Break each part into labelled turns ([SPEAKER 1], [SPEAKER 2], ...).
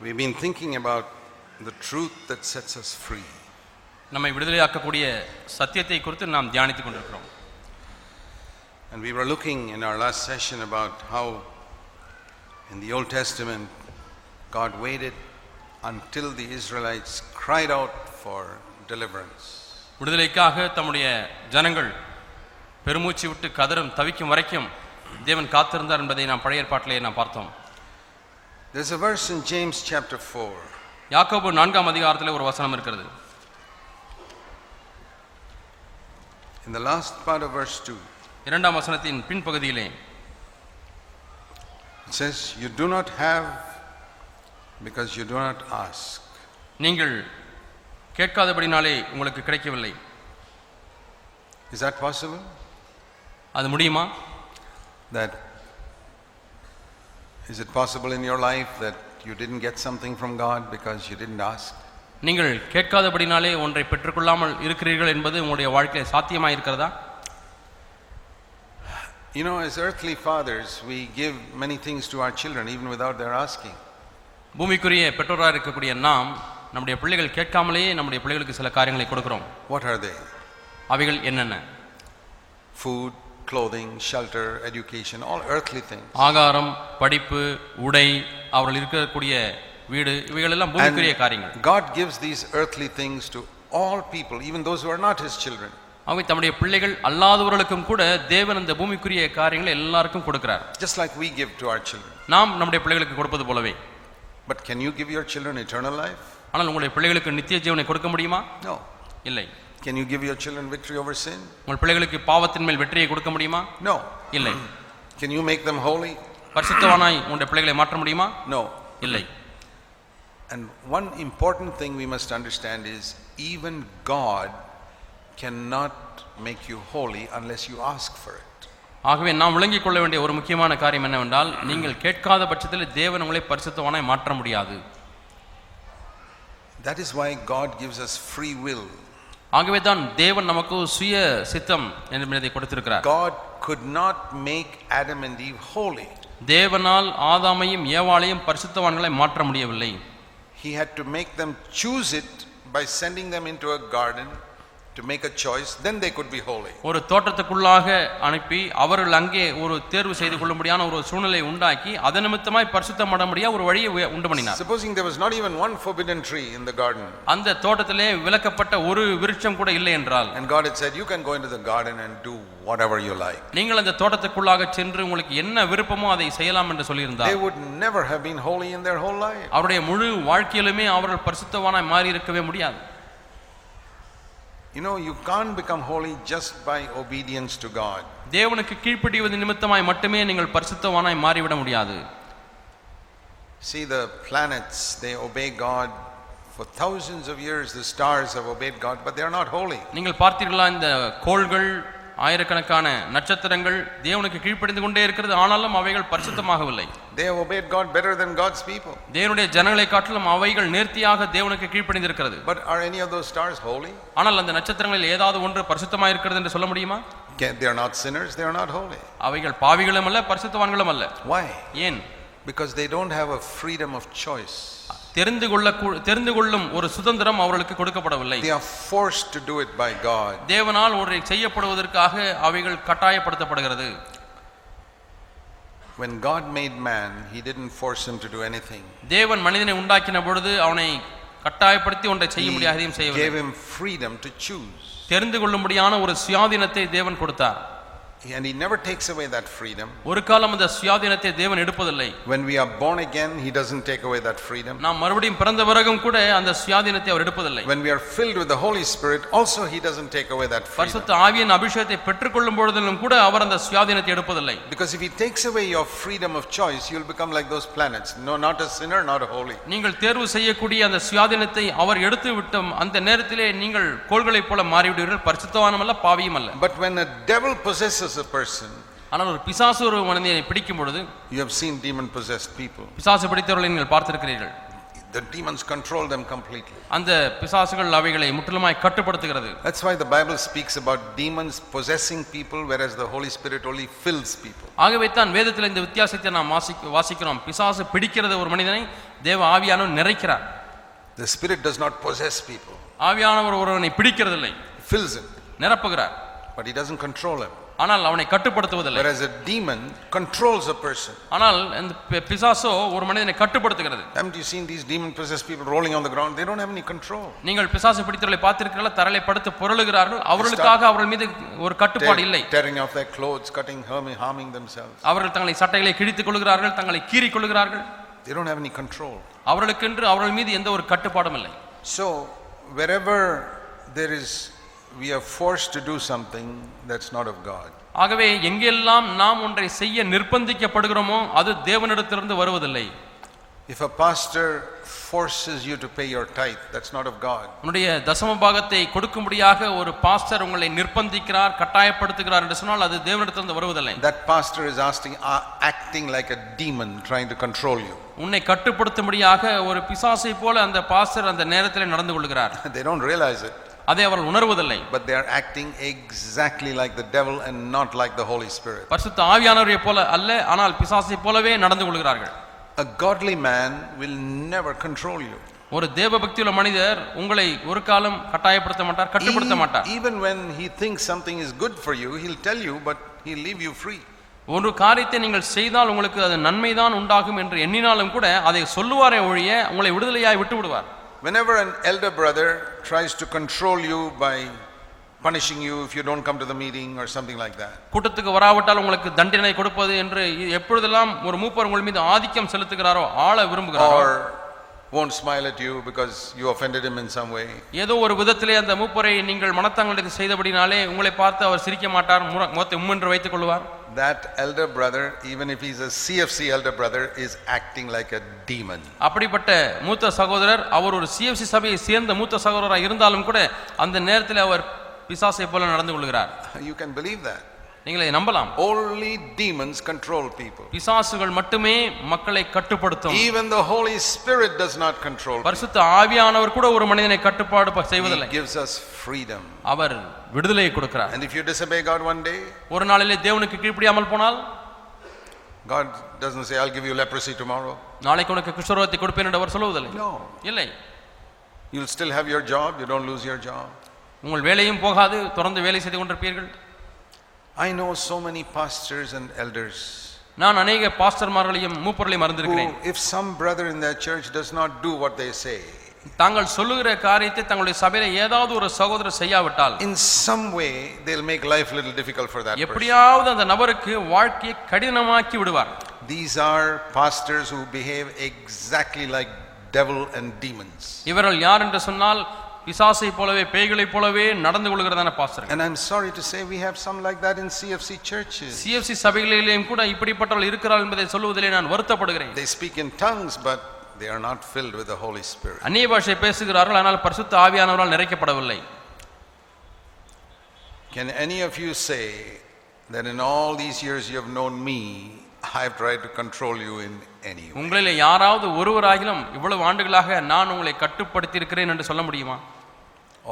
[SPEAKER 1] We've been thinking about the truth that sets us free.
[SPEAKER 2] நம்மை விடுதலையாக்கக்கூடிய சத்தியத்தை குறித்து நாம் தியானித்துக் கொண்டிருக்கிறோம்
[SPEAKER 1] And we were looking in our last session about how in the Old Testament God waited until the Israelites cried out for deliverance.
[SPEAKER 2] விடுதலைக்காக தம்முடைய ஜனங்கள் பெருமூச்சு விட்டு கதறும் தவிக்கும் வரைக்கும் தேவன் காத்திருந்தார் என்பதை நாம் பழைய ஏற்பாட்டிலே நாம் பார்த்தோம்
[SPEAKER 1] There's a verse in James chapter 4
[SPEAKER 2] யாக்கோபு நான்காம் அதிகாரத்தில் ஒரு வசனம் இருக்கிறது
[SPEAKER 1] in the last part of verse 2.
[SPEAKER 2] இரண்டாம் வசனத்தின் பின்பகுதியிலே
[SPEAKER 1] It says, You do not have because you do not ask.
[SPEAKER 2] நீங்கள் கேட்காதபடினாலே உங்களுக்கு கிடைக்கவில்லை
[SPEAKER 1] Is that possible?
[SPEAKER 2] அது முடியுமா
[SPEAKER 1] That is it possible in your life that you didn't get something from God because you didn't ask?
[SPEAKER 2] நீங்கள் கேட்காதபடினாலே ஒன்றை பெற்றுக்கொள்ளாமல் இருக்கிறீர்கள் என்பது உங்களுடைய வாழ்க்கையில் சாத்தியமாக இருக்கிறதா
[SPEAKER 1] You know, as earthly fathers, we give many things to our children even without their asking.
[SPEAKER 2] பூமிக்குரிய பெற்றோராக இருக்கக்கூடிய நாம் நம்முடைய பிள்ளைகள் கேட்காமலேயே நம்முடைய பிள்ளைகளுக்கு சில காரியங்களை கொடுக்கிறோம்
[SPEAKER 1] What are they?
[SPEAKER 2] அவைகள் என்னென்ன
[SPEAKER 1] Food, clothing, shelter, education, all earthly things.
[SPEAKER 2] ஆகாரம் படிப்பு உடை அவர்கள் இருக்கக்கூடிய வீடு இவைகளெல்லாம் பூமிக்குரிய காரியங்கள்
[SPEAKER 1] God gives these earthly things to all people, even those who are not His children.
[SPEAKER 2] அவங்க தம்முடைய பிள்ளைகள் அல்லாதவர்களுக்கும் கூட தேவன் அந்த பூமிக்குரிய காரியங்களை எல்லாருக்கும் கொடுக்கிறார்
[SPEAKER 1] Just like we give to our children.
[SPEAKER 2] நாம் நம்முடைய பிள்ளைகளுக்கு கொடுப்பது போலவே
[SPEAKER 1] But can you give your children eternal life?
[SPEAKER 2] ஆனால் உங்களுடைய பிள்ளைகளுக்கு நித்திய ஜீவனை கொடுக்க முடியுமா
[SPEAKER 1] No.
[SPEAKER 2] இல்லை
[SPEAKER 1] Can you give your children victory over sin?
[SPEAKER 2] உங்கள் பிள்ளைகளுக்கு பாவத்தின் மேல் வெற்றியை கொடுக்க முடியுமா
[SPEAKER 1] No.
[SPEAKER 2] இல்லை
[SPEAKER 1] Can you make them holy?
[SPEAKER 2] பரிசுத்தவானாய் உங்களுடைய பிள்ளைகளை மாற்ற முடியுமா
[SPEAKER 1] No.
[SPEAKER 2] இல்லை
[SPEAKER 1] And one important thing we must understand is even God cannot make you holy unless you ask for it.
[SPEAKER 2] ஆகவே நாம் விளங்கிக் கொள்ள வேண்டிய ஒரு முக்கியமான காரியம் என்னவென்றால் நீங்கள் கேட்காத பட்சத்தில் தேவன் உங்களை பரிசுத்தவானாய் மாற்ற முடியாது
[SPEAKER 1] That is why God gives us free will.
[SPEAKER 2] ஆகவே தான் தேவன் நமக்கு சுய சித்தம் என்பதை கொடுத்திருக்கிறார்
[SPEAKER 1] God could not make Adam and Eve holy.
[SPEAKER 2] தேவனால் ஆதாமையும் ஏவாளையும் பரிசுத்தவான்களை மாற்ற முடியவில்லை
[SPEAKER 1] He had to make them choose it by sending them into a garden to make a choice, then they could be holy.
[SPEAKER 2] ஒரு தோட்டத்துக்குள்ளாக அனுப்பி அவர்கள் அங்கே ஒரு தேர்வு செய்து கொள்ளும்படியான ஒரு சூழ்நிலை உண்டாக்கி அதன் நிமித்தமாய் பரிசுத்தம் பண்ண முடியாத ஒரு வழியை உய- உண்டு பண்ணினார்
[SPEAKER 1] Supposing there was not even one forbidden tree in the garden,
[SPEAKER 2] அந்த தோட்டத்திலே விளக்கப்பட்ட ஒரு விருட்சம் கூட இல்லை என்றால்
[SPEAKER 1] and God had said, You can go into the garden and do whatever you like.
[SPEAKER 2] நீங்கள் அந்த தோட்டத்துக்குள்ளாக சென்று உங்களுக்கு என்ன விருப்பமோ அதை செய்யலாம் என்று சொல்லியிருந்தார்
[SPEAKER 1] They would never have been holy in their whole life.
[SPEAKER 2] அவருடைய முழு வாழ்க்கையிலுமே அவர்கள் பரிசுத்தவானாய் மாறி இருக்கவே முடியாது
[SPEAKER 1] You know, you can't become holy just by obedience to God.
[SPEAKER 2] தேவனுக்கு கீழ்ப்படிவது நிமித்தமாய் மட்டுமே நீங்கள் பரிசுத்தவானாய் மாறிவிட முடியாது
[SPEAKER 1] See, the planets, they obey God. For thousands of years, the stars have obeyed God, but they are not holy.
[SPEAKER 2] நீங்கள் பார்த்தீர்களா இந்த கோள்கள் ஆயிரக்கணக்கான நட்சத்திரங்கள் தேவனுக்கு கீழ்ப்படிந்து கொண்டே இருக்கிறது ஆனாலும் அவைகள் பரிசுத்தமாகவில்லை
[SPEAKER 1] They have obeyed God better than God's people.
[SPEAKER 2] தேவனுடைய ஜனங்களை காட்டிலும் அவைகள் நேர்த்தியாக தேவனுக்கு கீழ்ப்படிந்திருக்கிறது
[SPEAKER 1] But are any of those stars holy?
[SPEAKER 2] ஆனால் அந்த நட்சத்திரங்களில் ஏதாவது ஒன்று பரிசுத்தமாக இருக்கிறது என்று சொல்ல முடியுமா
[SPEAKER 1] Can- They are not sinners, they are not holy.
[SPEAKER 2] அவைகள் பாவிகளும் அல்ல பரிசுத்தவான்களும் அல்ல
[SPEAKER 1] Why?
[SPEAKER 2] ஏன்
[SPEAKER 1] Because they don't have a freedom of choice.
[SPEAKER 2] தெரிந்து கொள்ள தெரிந்து கொள்ளும் ஒரு சுதந்திரம் அவர்களுக்கு கொடுக்கப்படவில்லை
[SPEAKER 1] They are forced to do it by God.
[SPEAKER 2] தேவனால் ஒன்றை செய்யப்படுவதற்காக அவைகள் கட்டாயப்படுத்தப்படுகிறது
[SPEAKER 1] When God made man, he didn't force him to do anything.
[SPEAKER 2] தேவன் மனிதனை உண்டாக்கின பொழுது அவனை கட்டாயப்படுத்தி ஒன்றை செய்ய
[SPEAKER 1] He
[SPEAKER 2] முடியாதையும்
[SPEAKER 1] gave
[SPEAKER 2] செய்யவில்லை
[SPEAKER 1] him freedom to choose.
[SPEAKER 2] தெரிந்து கொள்ளும்படியான ஒரு சுயாதீனத்தை தேவன் கொடுத்தார்
[SPEAKER 1] And he never takes away that freedom.
[SPEAKER 2] ஒரு காலம் அந்த சுயாதீனத்தை தேவன் எடுப்பதில்லை
[SPEAKER 1] When we are born again, He doesn't take away that freedom.
[SPEAKER 2] நாம் மறுபடியும் பிறந்த பிறகும் கூட அந்த சுயாதீனத்தை அவர் எடுப்பதில்லை
[SPEAKER 1] When we are filled with the Holy Spirit, also He doesn't take away that freedom.
[SPEAKER 2] பரிசுத்த ஆவியின் அபிஷேகத்தை பெற்றுக்கொள்ளும் பொழுதிலும் கூட அவர் அந்த சுயாதீனத்தை எடுப்பதில்லை
[SPEAKER 1] Because if He takes away your freedom of choice, you'll become like those planets. No, not a sinner, not a holy.
[SPEAKER 2] நீங்கள் தேர்வு செய்யக்கூடிய அந்த சுயாதீனத்தை அவர் எடுத்து விட்டும் அந்த நேரத்திலே நீங்கள் கோள்களைப் போல மாறிவிடுவீர்கள் பரிசுத்தவானும் அல்ல பாவியும் அல்ல
[SPEAKER 1] But when a devil possesses a person,
[SPEAKER 2] ஆனால் ஒரு பிசாசு ஒரு மனிதனை பிடிக்கும் பொழுது
[SPEAKER 1] you have seen demon possessed people.
[SPEAKER 2] பிசாசு பிடித்தவர்களை நீங்கள் பார்த்திருக்கிறீர்கள்
[SPEAKER 1] The demons control them completely.
[SPEAKER 2] அந்த பிசாசுகள் அவைகளை முற்றிலுமாய் கட்டுப்படுத்துகிறது
[SPEAKER 1] That's why the Bible speaks about demons possessing people, whereas the Holy Spirit only fills people.
[SPEAKER 2] ஆகவே தான் வேதத்தில் இந்த வித்தியாசத்தை நாம் வாசிக்க வாசிக்கிறோம் பிசாசு பிடிக்கிறது ஒரு மனிதனை தேவ ஆவியானவர் நிறைக்கிறார்
[SPEAKER 1] The Spirit does not possess people,
[SPEAKER 2] ஆவியானவர் ஒருவனை பிடிக்கிறதில்லை
[SPEAKER 1] He fills them,
[SPEAKER 2] நிரப்புகிறார்
[SPEAKER 1] but He doesn't control them.
[SPEAKER 2] ஆனால் அவனை கட்டுப்படுத்துவதில்லை
[SPEAKER 1] Whereas a demon controls a person.
[SPEAKER 2] ஆனால் இந்த பி- பிசாசோ ஒரு மனிதனை கட்டுப்படுத்துகிறது
[SPEAKER 1] Haven't you seen these demon possessed people rolling on the ground? They don't have any control.
[SPEAKER 2] நீங்கள் பிசாசு பிடித்தவர்களை பார்த்திருக்கிறீர்கள் தரலை படுத்து புரளுகிறார்கள் அவர்களுக்காக அவர்கள் மீது ஒரு கட்டுப்பாடு இல்லை
[SPEAKER 1] tearing off their clothes, cutting, harming, harming themselves.
[SPEAKER 2] அவர்கள் தங்களை சட்டைகளை கிழித்துக் கொள்கிறார்கள் தங்களை கீறிக் கொள்கிறார்கள்
[SPEAKER 1] They don't have any control.
[SPEAKER 2] அவர்களுக்கென்று அவர்கள் மீது எந்த ஒரு கட்டுப்பாடும் இல்லை
[SPEAKER 1] So, wherever there is, we are forced to do something that's not of God.
[SPEAKER 2] ஆகவே எங்கெல்லாம் நாம் ஒன்றை செய்ய நிர்பந்திக்கப்படுகிறோமோ அது தேவனிடத்திலிருந்து வருவதில்லை
[SPEAKER 1] If a pastor forces you to pay your tithe, that's not of God.
[SPEAKER 2] உன்னுடைய தசம பாகத்தை கொடுக்கும்படியாக ஒரு பாஸ்டர் உங்களை நிர்பந்திக்கிறார் கட்டாயப்படுத்துகிறார் என்று சொன்னால் அது தேவனிடத்திலிருந்து வருவதில்லை
[SPEAKER 1] That pastor is asking, uh, acting like a demon trying to control you.
[SPEAKER 2] உன்னை கட்டுப்படுத்தும்படியாக ஒரு பிசாசை போல அந்த பாஸ்டர் அந்த நேரத்தில் நடந்து கொள்கிறார்
[SPEAKER 1] they don't realize it,
[SPEAKER 2] அதை அவர்கள் உணர்வதில்லை
[SPEAKER 1] but they are acting exactly like the devil and not like the Holy Spirit.
[SPEAKER 2] பரிசுத்த ஆவியானவரை போல அல்ல ஆனால் பிசாசை போலவே நடந்து கொள்கிறார்கள்
[SPEAKER 1] A godly man will never control you.
[SPEAKER 2] ஒரு தேவ பக்தியுள்ள மனிதர் உங்களை ஒரு காலம் கட்டாயப்படுத்த மாட்டார் கட்டுப்படுத்த மாட்டார்
[SPEAKER 1] E- even when he thinks something is good for you, he'll tell you, but he'll leave you free.
[SPEAKER 2] ஒரு காரியத்தை நீங்கள் செய்தால் உங்களுக்கு அது நன்மைதான் உண்டாகும் என்று எண்ணினாலும் கூட அதை சொல்லுவாரே ஒழிய உங்களை விடுதலையாய் விட்டு விடுவார்
[SPEAKER 1] Whenever an elder brother tries to control you by punishing you if you don't come to the meeting or something like that,
[SPEAKER 2] கூட்டத்துக்கு வராவிட்டால் உங்களுக்கு தண்டனை கொடுப்பது என்று எப்பொழுதெல்லாம் ஒரு மூப்பர் உங்கள் மீது ஆதிக்கம் செலுத்துகிறாரோ ஆள விரும்புகிறாரோ
[SPEAKER 1] or won't smile at you because you offended him in some way,
[SPEAKER 2] ஏதோ ஒரு விதத்திலே அந்த மூப்பரை நீங்கள் மனத்தாங்களுக்கு செய்தபடினாலே உங்களை பார்த்து அவர் சிரிக்க மாட்டார் முற- முகத்தை உம்மென்று வைத்துக் கொள்வார்
[SPEAKER 1] that elder brother, even if he's a CFC elder brother, is acting like a demon.
[SPEAKER 2] அப்படிப்பட்ட மூத்த சகோதரர் அவர் ஒரு சிஎஃப்சி சபையை சேர்ந்த மூத்த சகோதரராக இருந்தாலும் கூட அந்த நேரத்தில் அவர் பிசாசை போல நடந்து கொள்கிறார்
[SPEAKER 1] You can believe that.
[SPEAKER 2] நீங்கள் இதை நம்பலாம்
[SPEAKER 1] Only demons control people.
[SPEAKER 2] பிசாசுகள் மட்டுமே மக்களை கட்டுப்படுத்தும்
[SPEAKER 1] Even the Holy Spirit does not control. people.
[SPEAKER 2] பரிசுத்த ஆவியானவர் கூட ஒரு மனிதனை கட்டுப்பாடு ப-
[SPEAKER 1] He
[SPEAKER 2] செய்வதில்லை
[SPEAKER 1] gives us freedom.
[SPEAKER 2] அவர் விடுதலையை கொடுக்கிறார்
[SPEAKER 1] And if you disobey God one day,
[SPEAKER 2] ஒரு நாளிலே தேவனுக்கு கீழ்ப்படியாமல் போனால்
[SPEAKER 1] God doesn't say, I'll give you leprosy tomorrow.
[SPEAKER 2] நாளைக்கு உனக்கு குஷ்டரோகத்தை கொடுப்பேன் என்று அவர் சொல்லுவதில்லை
[SPEAKER 1] No.
[SPEAKER 2] இல்லை
[SPEAKER 1] You'll still have your job, you don't lose your job.
[SPEAKER 2] உங்கள் வேலையும் போகாது தொடர்ந்து வேலை செய்து கொண்டிருப்பீர்கள்
[SPEAKER 1] I know so many pastors and elders
[SPEAKER 2] நான் அநேக பாஸ்டர்மார்களையும் மூப்பர்களையும்
[SPEAKER 1] who,
[SPEAKER 2] அறிந்திருக்கிறேன்
[SPEAKER 1] if some brother in their church does not do what they say,
[SPEAKER 2] தாங்கள் சொல்லுகிற காரியத்தை தங்களுடைய சபையில ஏதாவது ஒரு சகோதரர் செய்யாவிட்டால்
[SPEAKER 1] in some way they'll make life a little difficult for that person.
[SPEAKER 2] எப்படியாவது அந்த நபருக்கு வாழ்க்கையை கடினமாக்கி விடுவார்
[SPEAKER 1] These are pastors who behave exactly like devil and demons.
[SPEAKER 2] இவர்கள் யார் என்று சொன்னால் பிசாசை போலவே பேய்களைப் போலவே நடந்து கொள்கிறதான பாஸ்டர்கள்
[SPEAKER 1] And I'm sorry to say we have some like that in CFC churches.
[SPEAKER 2] CFC சபைகளிலேயும் கூட இப்படிப்பட்டவர்கள் இருக்கிறார் என்பதை சொல்லுவதிலே நான் வருத்தப்படுகிறேன்
[SPEAKER 1] They speak in tongues, but they are not filled with the Holy Spirit.
[SPEAKER 2] அந்நிய பாஷை பேசுகிறார்கள் ஆனால் பரிசுத்த ஆவியானவரால் நிறைக்கப்படவில்லை
[SPEAKER 1] Can any of you say that in all these years you have known me, I've tried to control you in any way?
[SPEAKER 2] உங்களிலே யாராவது ஒருவராகிலும் இவ்வளவு ஆண்டுகளாக நான் உங்களை கட்டுப்படுத்தி இருக்கிறேன் என்று சொல்ல முடியுமா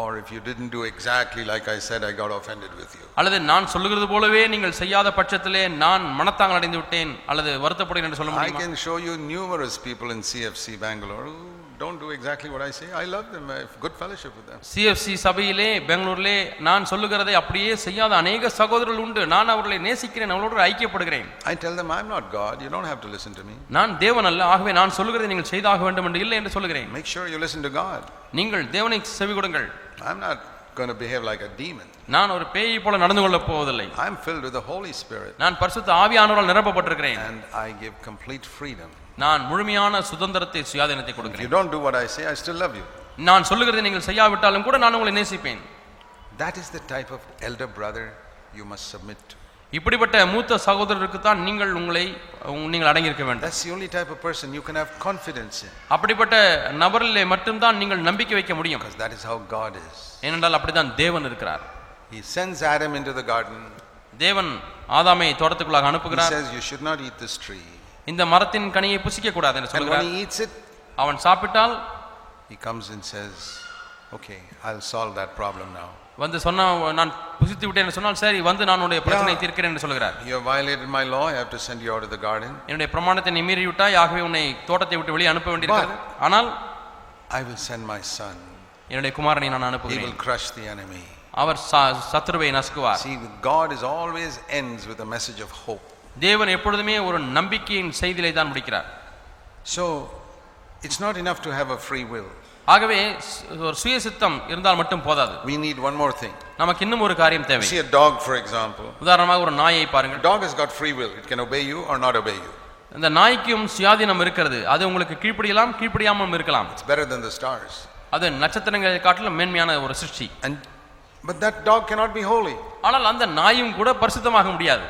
[SPEAKER 1] Or if you didn't do exactly like I said, I got offended with you.
[SPEAKER 2] அல்லது நான் சொல்லுகிறது போலவே நீங்கள் செய்யாத பட்சத்திலே நான் மனத்தாங்கல் அடைந்து விட்டேன் அல்லது வருத்தப்படுகிறேன் என்று சொல்ல
[SPEAKER 1] I
[SPEAKER 2] முடியுமா
[SPEAKER 1] can show you numerous people in CFC Bangalore who don't do exactly what I say. I love them, I have good fellowship with them.
[SPEAKER 2] CFC சபையிலே பெங்களூரிலே நான் சொல்லுகிறதை அப்படியே செய்யாத அநேக சகோதரர்கள் உண்டு நான் அவர்களை நேசிக்கிறேன் அவர்களோடு ஐக்கியப்படுகிறேன்
[SPEAKER 1] I tell them, I'm not God, you don't have to listen to me.
[SPEAKER 2] நான் தேவன் அல்ல ஆகவே நான் சொல்லுகிறதை நீங்கள் செய்தாக வேண்டும் என்று இல்லை என்று சொல்லுகிறேன்
[SPEAKER 1] Make sure you listen to God.
[SPEAKER 2] நீங்கள் தேவனை செவி கொடுங்கள்
[SPEAKER 1] I'm not going to behave like a demon.
[SPEAKER 2] நான் ஒரு பேயை போல நடந்து கொள்ளப் போவதில்லை
[SPEAKER 1] I'm filled with the Holy Spirit
[SPEAKER 2] நான் பரிசுத்த ஆவியானவரால் நிரப்பப்பட்டிருக்கிறேன்
[SPEAKER 1] and I give complete freedom.
[SPEAKER 2] நான் முழுமையான சுதந்திரத்தை சுயாதீனத்தை
[SPEAKER 1] If you
[SPEAKER 2] கொடுக்கிறேன்
[SPEAKER 1] don't do what I say, I still love you.
[SPEAKER 2] நான் சொல்லுகிறதை நீங்கள் செய்யாவிட்டாலும் கூட நான் உங்களை நேசிப்பேன்
[SPEAKER 1] That is the type of elder brother you must submit to.
[SPEAKER 2] இப்படிப்பட்ட மூத்த சகோதரருக்கு தான் நீங்கள் உங்களை உங்- நீங்கள் அடங்கியிருக்க வேண்டும்
[SPEAKER 1] That's the only type of person you can have confidence in
[SPEAKER 2] அப்படிப்பட்ட நபரிலே மட்டும்தான் நீங்கள் நம்பிக்கை வைக்க முடியும்
[SPEAKER 1] because that is how God is.
[SPEAKER 2] ஏனென்றால் அப்படிதான் தேவன் இருக்கிறார்
[SPEAKER 1] He sends Adam into the garden.
[SPEAKER 2] தேவன் ஆதாமை தோட்டத்துக்குள்ளாக
[SPEAKER 1] He
[SPEAKER 2] அனுப்புகிறார்
[SPEAKER 1] says, You should not eat this tree.
[SPEAKER 2] இந்த மரத்தின் கனியை புசிக்க கூடாது என்று
[SPEAKER 1] And
[SPEAKER 2] சொல்கிறார்
[SPEAKER 1] when he eats it,
[SPEAKER 2] அவன் சாப்பிட்டால்
[SPEAKER 1] He comes and says, Okay, I'll solve that problem now.
[SPEAKER 2] வந்து சொன்னா நான் புசித்து விட்டேன் என்று சொன்னால் சரி வந்து நான் உன்னுடைய பிரச்சனை
[SPEAKER 1] Yeah.
[SPEAKER 2] தீர்க்கிறேன் என்று சொல்கிறார்
[SPEAKER 1] You have violated my law, I have to send you out of the garden.
[SPEAKER 2] என்னுடைய பிரமாணத்தை நீ மீறிவிட்டாய் ஆகவே உன்னை தோட்டத்தை விட்டு வெளியே அனுப்ப வேண்டியிருக்கிறது ஆனால்
[SPEAKER 1] I will send my son.
[SPEAKER 2] என்னுடைய குமாரனை நான்
[SPEAKER 1] He will
[SPEAKER 2] அனுப்புகிறேன்
[SPEAKER 1] crush the enemy.
[SPEAKER 2] அவர் ச- சத்ருவை நசுக்குவார்
[SPEAKER 1] See, with God is always ends with a message of hope.
[SPEAKER 2] தேவன் எப்பொழுதுமே ஒரு நம்பிக்கையின் செய்தியிலே தான் முடிக்கிறார்
[SPEAKER 1] So, it's not enough to have a free will.
[SPEAKER 2] ஆகவே சு- ஒரு சுய சித்தம் இருந்தால் மட்டும் போதாது
[SPEAKER 1] We need one more thing.
[SPEAKER 2] நமக்கு இன்னும் ஒரு காரியம் தேவை
[SPEAKER 1] See a dog, for example.
[SPEAKER 2] உதாரணமாக ஒரு நாயை
[SPEAKER 1] A
[SPEAKER 2] பாருங்கள்
[SPEAKER 1] dog has got free will. It can obey you or not obey you.
[SPEAKER 2] இந்த நாய்க்கும் சுயாதீனம் இருக்கிறது அது உங்களுக்கு கீழ்ப்படியலாம் கீழ்ப்படியாமலும் இருக்கலாம்
[SPEAKER 1] It's better than the stars.
[SPEAKER 2] அது நட்சத்திரங்களை காட்டிலும் மேன்மையான ஒரு சிருஷ்டி
[SPEAKER 1] And but that dog cannot be holy,
[SPEAKER 2] ஆனால் அந்த நாயும் கூட பரிசுத்தமாக முடியாது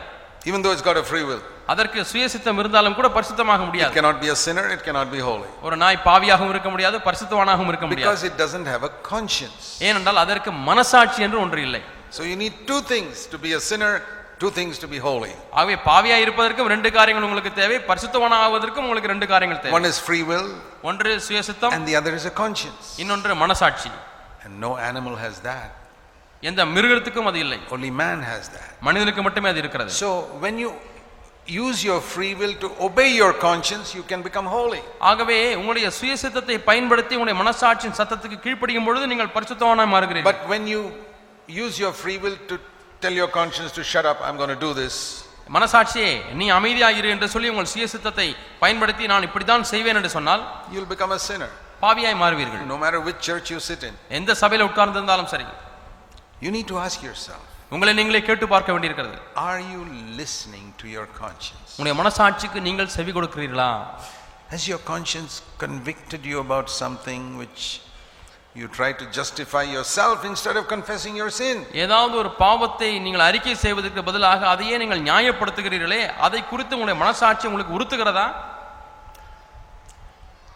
[SPEAKER 1] even though it's got a free will.
[SPEAKER 2] அதற்கு சுயசித்தம் இருந்தாலும் கூட பரிசுத்தமாக
[SPEAKER 1] It
[SPEAKER 2] முடியாது
[SPEAKER 1] cannot be a sinner. It cannot be holy
[SPEAKER 2] ஒரு நாய் பாவியாகவும் இருக்க முடியாது பரிசுத்தவானாகவும் இருக்க முடியாது
[SPEAKER 1] because it doesn't have a conscience.
[SPEAKER 2] ஏனென்றால் அதற்கு மனசாட்சி என்று ஒன்று இல்லை
[SPEAKER 1] So you need two things to be a sinner, two things to be holy.
[SPEAKER 2] ஆகவே பாவியாய் இருப்பதற்கும் ரெண்டு காரியங்கள் உங்களுக்கு தேவை பரிசுத்தவனாவதற்கும் உங்களுக்கு ரெண்டு காரியங்கள் தேவை
[SPEAKER 1] One is free will,
[SPEAKER 2] ஒன்று சுயசித்தம்
[SPEAKER 1] and the other is a conscience.
[SPEAKER 2] இன்னொன்று மனசாட்சி
[SPEAKER 1] And no animal has that.
[SPEAKER 2] எந்த மிருகத்துக்கும் அது இல்லை
[SPEAKER 1] Only man has that.
[SPEAKER 2] மனிதனுக்கு மட்டுமே அது இருக்கிறது
[SPEAKER 1] So when you use your free will to obey your conscience, you can become holy.
[SPEAKER 2] ஆகவே உங்களுடைய சுயசித்தத்தை பயன்படுத்தி உங்களுடைய மனசாட்சியின் சத்தத்துக்கு கீழ்ப்படியும் பொழுது நீங்கள் பரிசுத்தவனாய் மாறுகிறீர்கள்
[SPEAKER 1] But when you use your free will to tell your conscience to shut up, I'm going to do this,
[SPEAKER 2] மனசாட்சியே நீ அமைதியாயிரு என்று சொல்லி உங்கள் சுயசித்தத்தை பயன்படுத்தி நான் இப்படித்தான் செய்வேன் என்று சொன்னால்
[SPEAKER 1] you'll become a sinner,
[SPEAKER 2] பாவியாய் மாறுவீர்கள்
[SPEAKER 1] no matter which church you sit in.
[SPEAKER 2] எந்த சபையில் உட்கார்ந்திருந்தாலும் சரி
[SPEAKER 1] You need to ask yourself
[SPEAKER 2] உங்களை நீங்களே கேட்டு பார்க்க வேண்டியிருக்கிறது
[SPEAKER 1] are you listening to your conscience?
[SPEAKER 2] உங்களுடைய மனசாட்சிக்கு நீங்கள் செவி கொடுக்கிறீர்களா
[SPEAKER 1] Has your conscience convicted you about something which you try to justify yourself instead of confessing your sin?
[SPEAKER 2] ஏதாவது ஒரு பாவத்தை நீங்கள் அறிக்கை செய்வதற்கு பதிலாக அதையே நீங்கள் நியாயப்படுத்துகிறீர்களே அதை குறித்து உங்களுடைய மனசாட்சி உங்களுக்கு உறுத்துகிறதா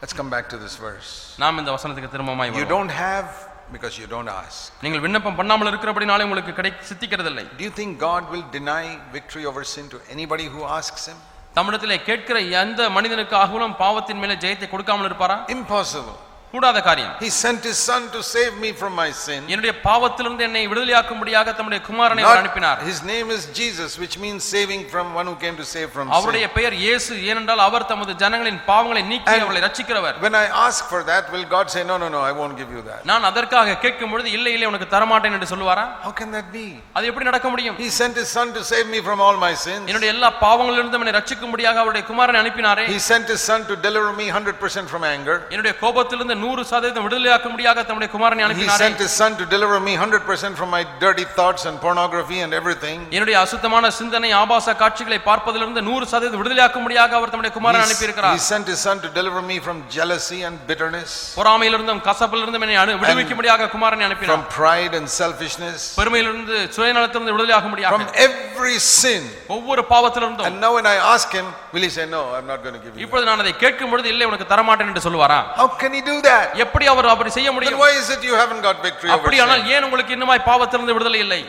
[SPEAKER 1] Let's come back to this verse.
[SPEAKER 2] நாம் இந்த வசனத்துக்கு திரும்பமாய்
[SPEAKER 1] You
[SPEAKER 2] வருவோம்.
[SPEAKER 1] don't have because you don't ask.
[SPEAKER 2] நீங்கள் விண்ணப்பம் பண்ணாமல் இருக்கிறபடினாலே உங்களுக்கு கிடை சித்திக்கிறது இல்லை
[SPEAKER 1] Do you think God will deny victory over sin to anybody who asks Him?
[SPEAKER 2] தமிழத்திலே கேட்கிற எந்த மனிதனுக்காகவும் பாவத்தின் மேலே ஜெயத்தை கொடுக்காமல் இருப்பாரா
[SPEAKER 1] Impossible.
[SPEAKER 2] கூடாத காரியம்
[SPEAKER 1] He sent His Son to save me from my sin.
[SPEAKER 2] என்னுடைய பாவத்திலிருந்து என்னை விடுதலையாக்கும்படியாக தம்முடைய குமாரனை அவர் அனுப்பினார்
[SPEAKER 1] Not, his name is Jesus, which means saving from one who came to save from
[SPEAKER 2] அவருடைய
[SPEAKER 1] sin.
[SPEAKER 2] பெயர் இயேசு ஏனென்றால் அவர் தமது ஜனங்களின் பாவங்களை நீக்கி
[SPEAKER 1] And-
[SPEAKER 2] அவளை ரட்சிக்கிறவர்
[SPEAKER 1] When I ask for that, will God say, No, no, no, I won't give you that?
[SPEAKER 2] நான் அதற்காக கேட்கும் பொழுது இல்லை இல்லை உனக்கு தரமாட்டேன் என்று சொல்லுவாரா
[SPEAKER 1] How can that be?
[SPEAKER 2] அது எப்படி நடக்க முடியும்
[SPEAKER 1] He sent His Son to save me from all my sins.
[SPEAKER 2] என்னுடைய எல்லா பாவங்களிலிருந்தும் என்னை ரட்சிக்கும்படியாக அவருடைய குமாரனை அனுப்பினாரே
[SPEAKER 1] He sent His Son to deliver me 100% from anger.
[SPEAKER 2] என்னுடைய கோபத்திலிருந்து நூறு சதவீதம் விடுதலையாக்கும்படியாக தம்முடைய குமாரனை
[SPEAKER 1] He
[SPEAKER 2] அனுப்பினாரே
[SPEAKER 1] sent His Son to deliver me 100% from my dirty thoughts and pornography and everything.
[SPEAKER 2] என்னுடைய அசுத்தமான சிந்தனை ஆபாச காட்சிகளை பார்ப்பதிலிருந்து நூறு சதவீதம் விடுதலையாக்கும்படியாக அவர் தம்முடைய குமாரனை
[SPEAKER 1] He- He
[SPEAKER 2] அனுப்பியிருக்கிறார்
[SPEAKER 1] sent His Son to deliver me from jealousy and bitterness,
[SPEAKER 2] பொறாமையிலிருந்தும் கசப்பிலிருந்தும் என்னை அனு- விடுவிக்கும்படியாக குமாரனை
[SPEAKER 1] from
[SPEAKER 2] அனுப்பினார்
[SPEAKER 1] pride and selfishness,
[SPEAKER 2] பெருமையிலிருந்து சுயநலத்திலிருந்து விடுதலையாகும்படியாக
[SPEAKER 1] from every sin.
[SPEAKER 2] ஒவ்வொரு பாவத்திலிருந்தும்
[SPEAKER 1] And now when I ask Him, will He say, No, I'm not going to give you that?
[SPEAKER 2] இப்பொழுது நான் அதை கேட்கும் பொழுது இல்லை உனக்கு தரமாட்டேன் என்று சொல்லுவாரா
[SPEAKER 1] How can He do that?
[SPEAKER 2] எப்படி அவர் அப்படி செய்ய
[SPEAKER 1] Then
[SPEAKER 2] முடியும்
[SPEAKER 1] why is it you haven't got victory over
[SPEAKER 2] அப்படியானால்
[SPEAKER 1] sin?
[SPEAKER 2] ஏன் உங்களுக்கு இன்னுமாய் பாவத்திலிருந்து விடுதலை இல்லை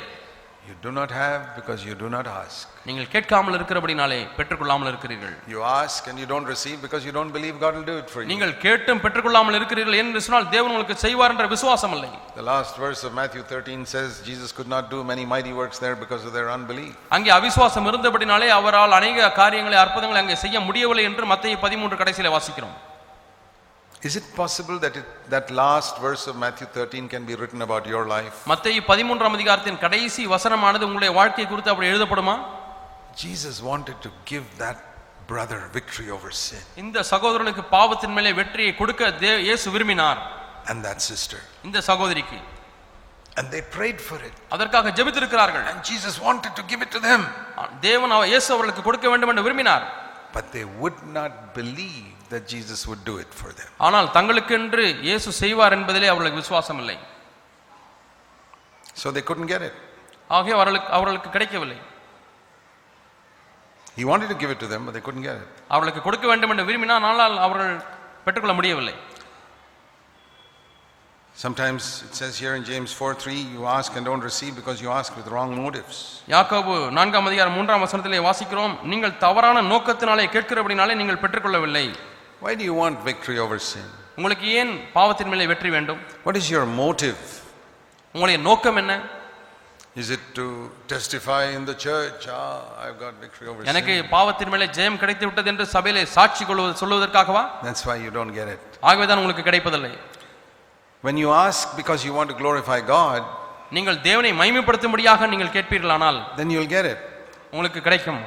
[SPEAKER 1] You do not have because you do not ask.
[SPEAKER 2] நீங்கள் கேட்காமல் இருக்கிறபடினாலே பெற்றுக்கொள்ளாமல் இருக்கிறீர்கள்
[SPEAKER 1] You ask and you don't receive because you don't believe God will do it for you.
[SPEAKER 2] நீங்கள் கேட்டும் பெற்றுக்கொள்ளாமல் இருக்கிறீர்கள் என்று சொன்னால் தேவன் உங்களுக்கு செய்வார் என்ற விசுவாசம் இல்லை
[SPEAKER 1] The last verse of Matthew 13 says Jesus could not do many mighty works there because of their unbelief.
[SPEAKER 2] அங்கே அவிசுவாசம் இருந்தபடினாலே அவரால் அநேக காரியங்களை அற்புதங்களை அங்கே செய்ய முடியவில்லை என்று மத்திய பதிமூன்று கடைசியில வாசிக்கிறோம்
[SPEAKER 1] Is it possible that it, that last verse of Matthew 13 can be written about your life?
[SPEAKER 2] மத்திய பதிமூன்றாம் அதிகாரத்தின் கடைசி வசனமானது உங்களுடைய வாழ்க்கை குறித்து அப்படி எழுதப்படுமா
[SPEAKER 1] Jesus wanted to give that brother victory over sin
[SPEAKER 2] இந்த சகோதரனுக்கு பாவத்தின் மேலே வெற்றியை கொடுக்க தேவ இயேசு விரும்பினார்
[SPEAKER 1] and that sister.
[SPEAKER 2] இந்த சகோதரிக்கு
[SPEAKER 1] And they prayed for it.
[SPEAKER 2] அதற்காக ஜெபித்திருக்கிறார்கள்
[SPEAKER 1] And Jesus wanted to give it to them.
[SPEAKER 2] தேவன் அவ- இயேசு அவர்களுக்கு கொடுக்க வேண்டும் என்று விரும்பினார்
[SPEAKER 1] But they would not believe that Jesus would do it for them.
[SPEAKER 2] ஆனால் தங்களுக்கென்று இயேசு செய்வார் என்பதிலே அவர்களுக்கு விசுவாசம் இல்லை
[SPEAKER 1] So they couldn't get it.
[SPEAKER 2] ஆகவே அவர்களுக்கு அவர்களுக்கு கிடைக்கவில்லை
[SPEAKER 1] He wanted to give it to them, but they couldn't get it.
[SPEAKER 2] அவர்களுக்கு கொடுக்க வேண்டும் என்று விரும்பினார் ஆனால் அவர்கள் பெற்றுக்கொள்ள முடியவில்லை
[SPEAKER 1] Sometimes it says here in James 4 3, you ask and don't receive because you ask with wrong motives.
[SPEAKER 2] யாக்கோபு நான்காம் அதிகாரம் மூன்றாம் வசனத்திலே வாசிக்கிறோம் நீங்கள் தவறான நோக்கத்தினாலே கேட்கிறபடினாலே நீங்கள் பெற்றுக்கொள்ளவில்லை
[SPEAKER 1] Why do you want victory over sin?
[SPEAKER 2] உங்களுக்கு ஏன் பாவத்தின் மேலே வெற்றி வேண்டும்
[SPEAKER 1] What is your motive?
[SPEAKER 2] உங்களுடைய நோக்கம் என்ன
[SPEAKER 1] Is it to testify in the church, ah, I've got victory over
[SPEAKER 2] எனக்கு
[SPEAKER 1] sin?
[SPEAKER 2] பாவத்தின் மேலே ஜெயம் கிடைத்து விட்டது என்று சபையிலே சாட்சி கொள்வது சொல்வதற்காகவா
[SPEAKER 1] That's why you don't get it.
[SPEAKER 2] ஆகவேதான் உங்களுக்கு கிடைப்பதில்லை
[SPEAKER 1] When you ask because you want to glorify God,
[SPEAKER 2] நீங்கள் தேவனை மைமைப்படுத்தும்படியாக நீங்கள் கேட்பீர்களானால்
[SPEAKER 1] then you'll get it.
[SPEAKER 2] உங்களுக்கு கிடைக்கும்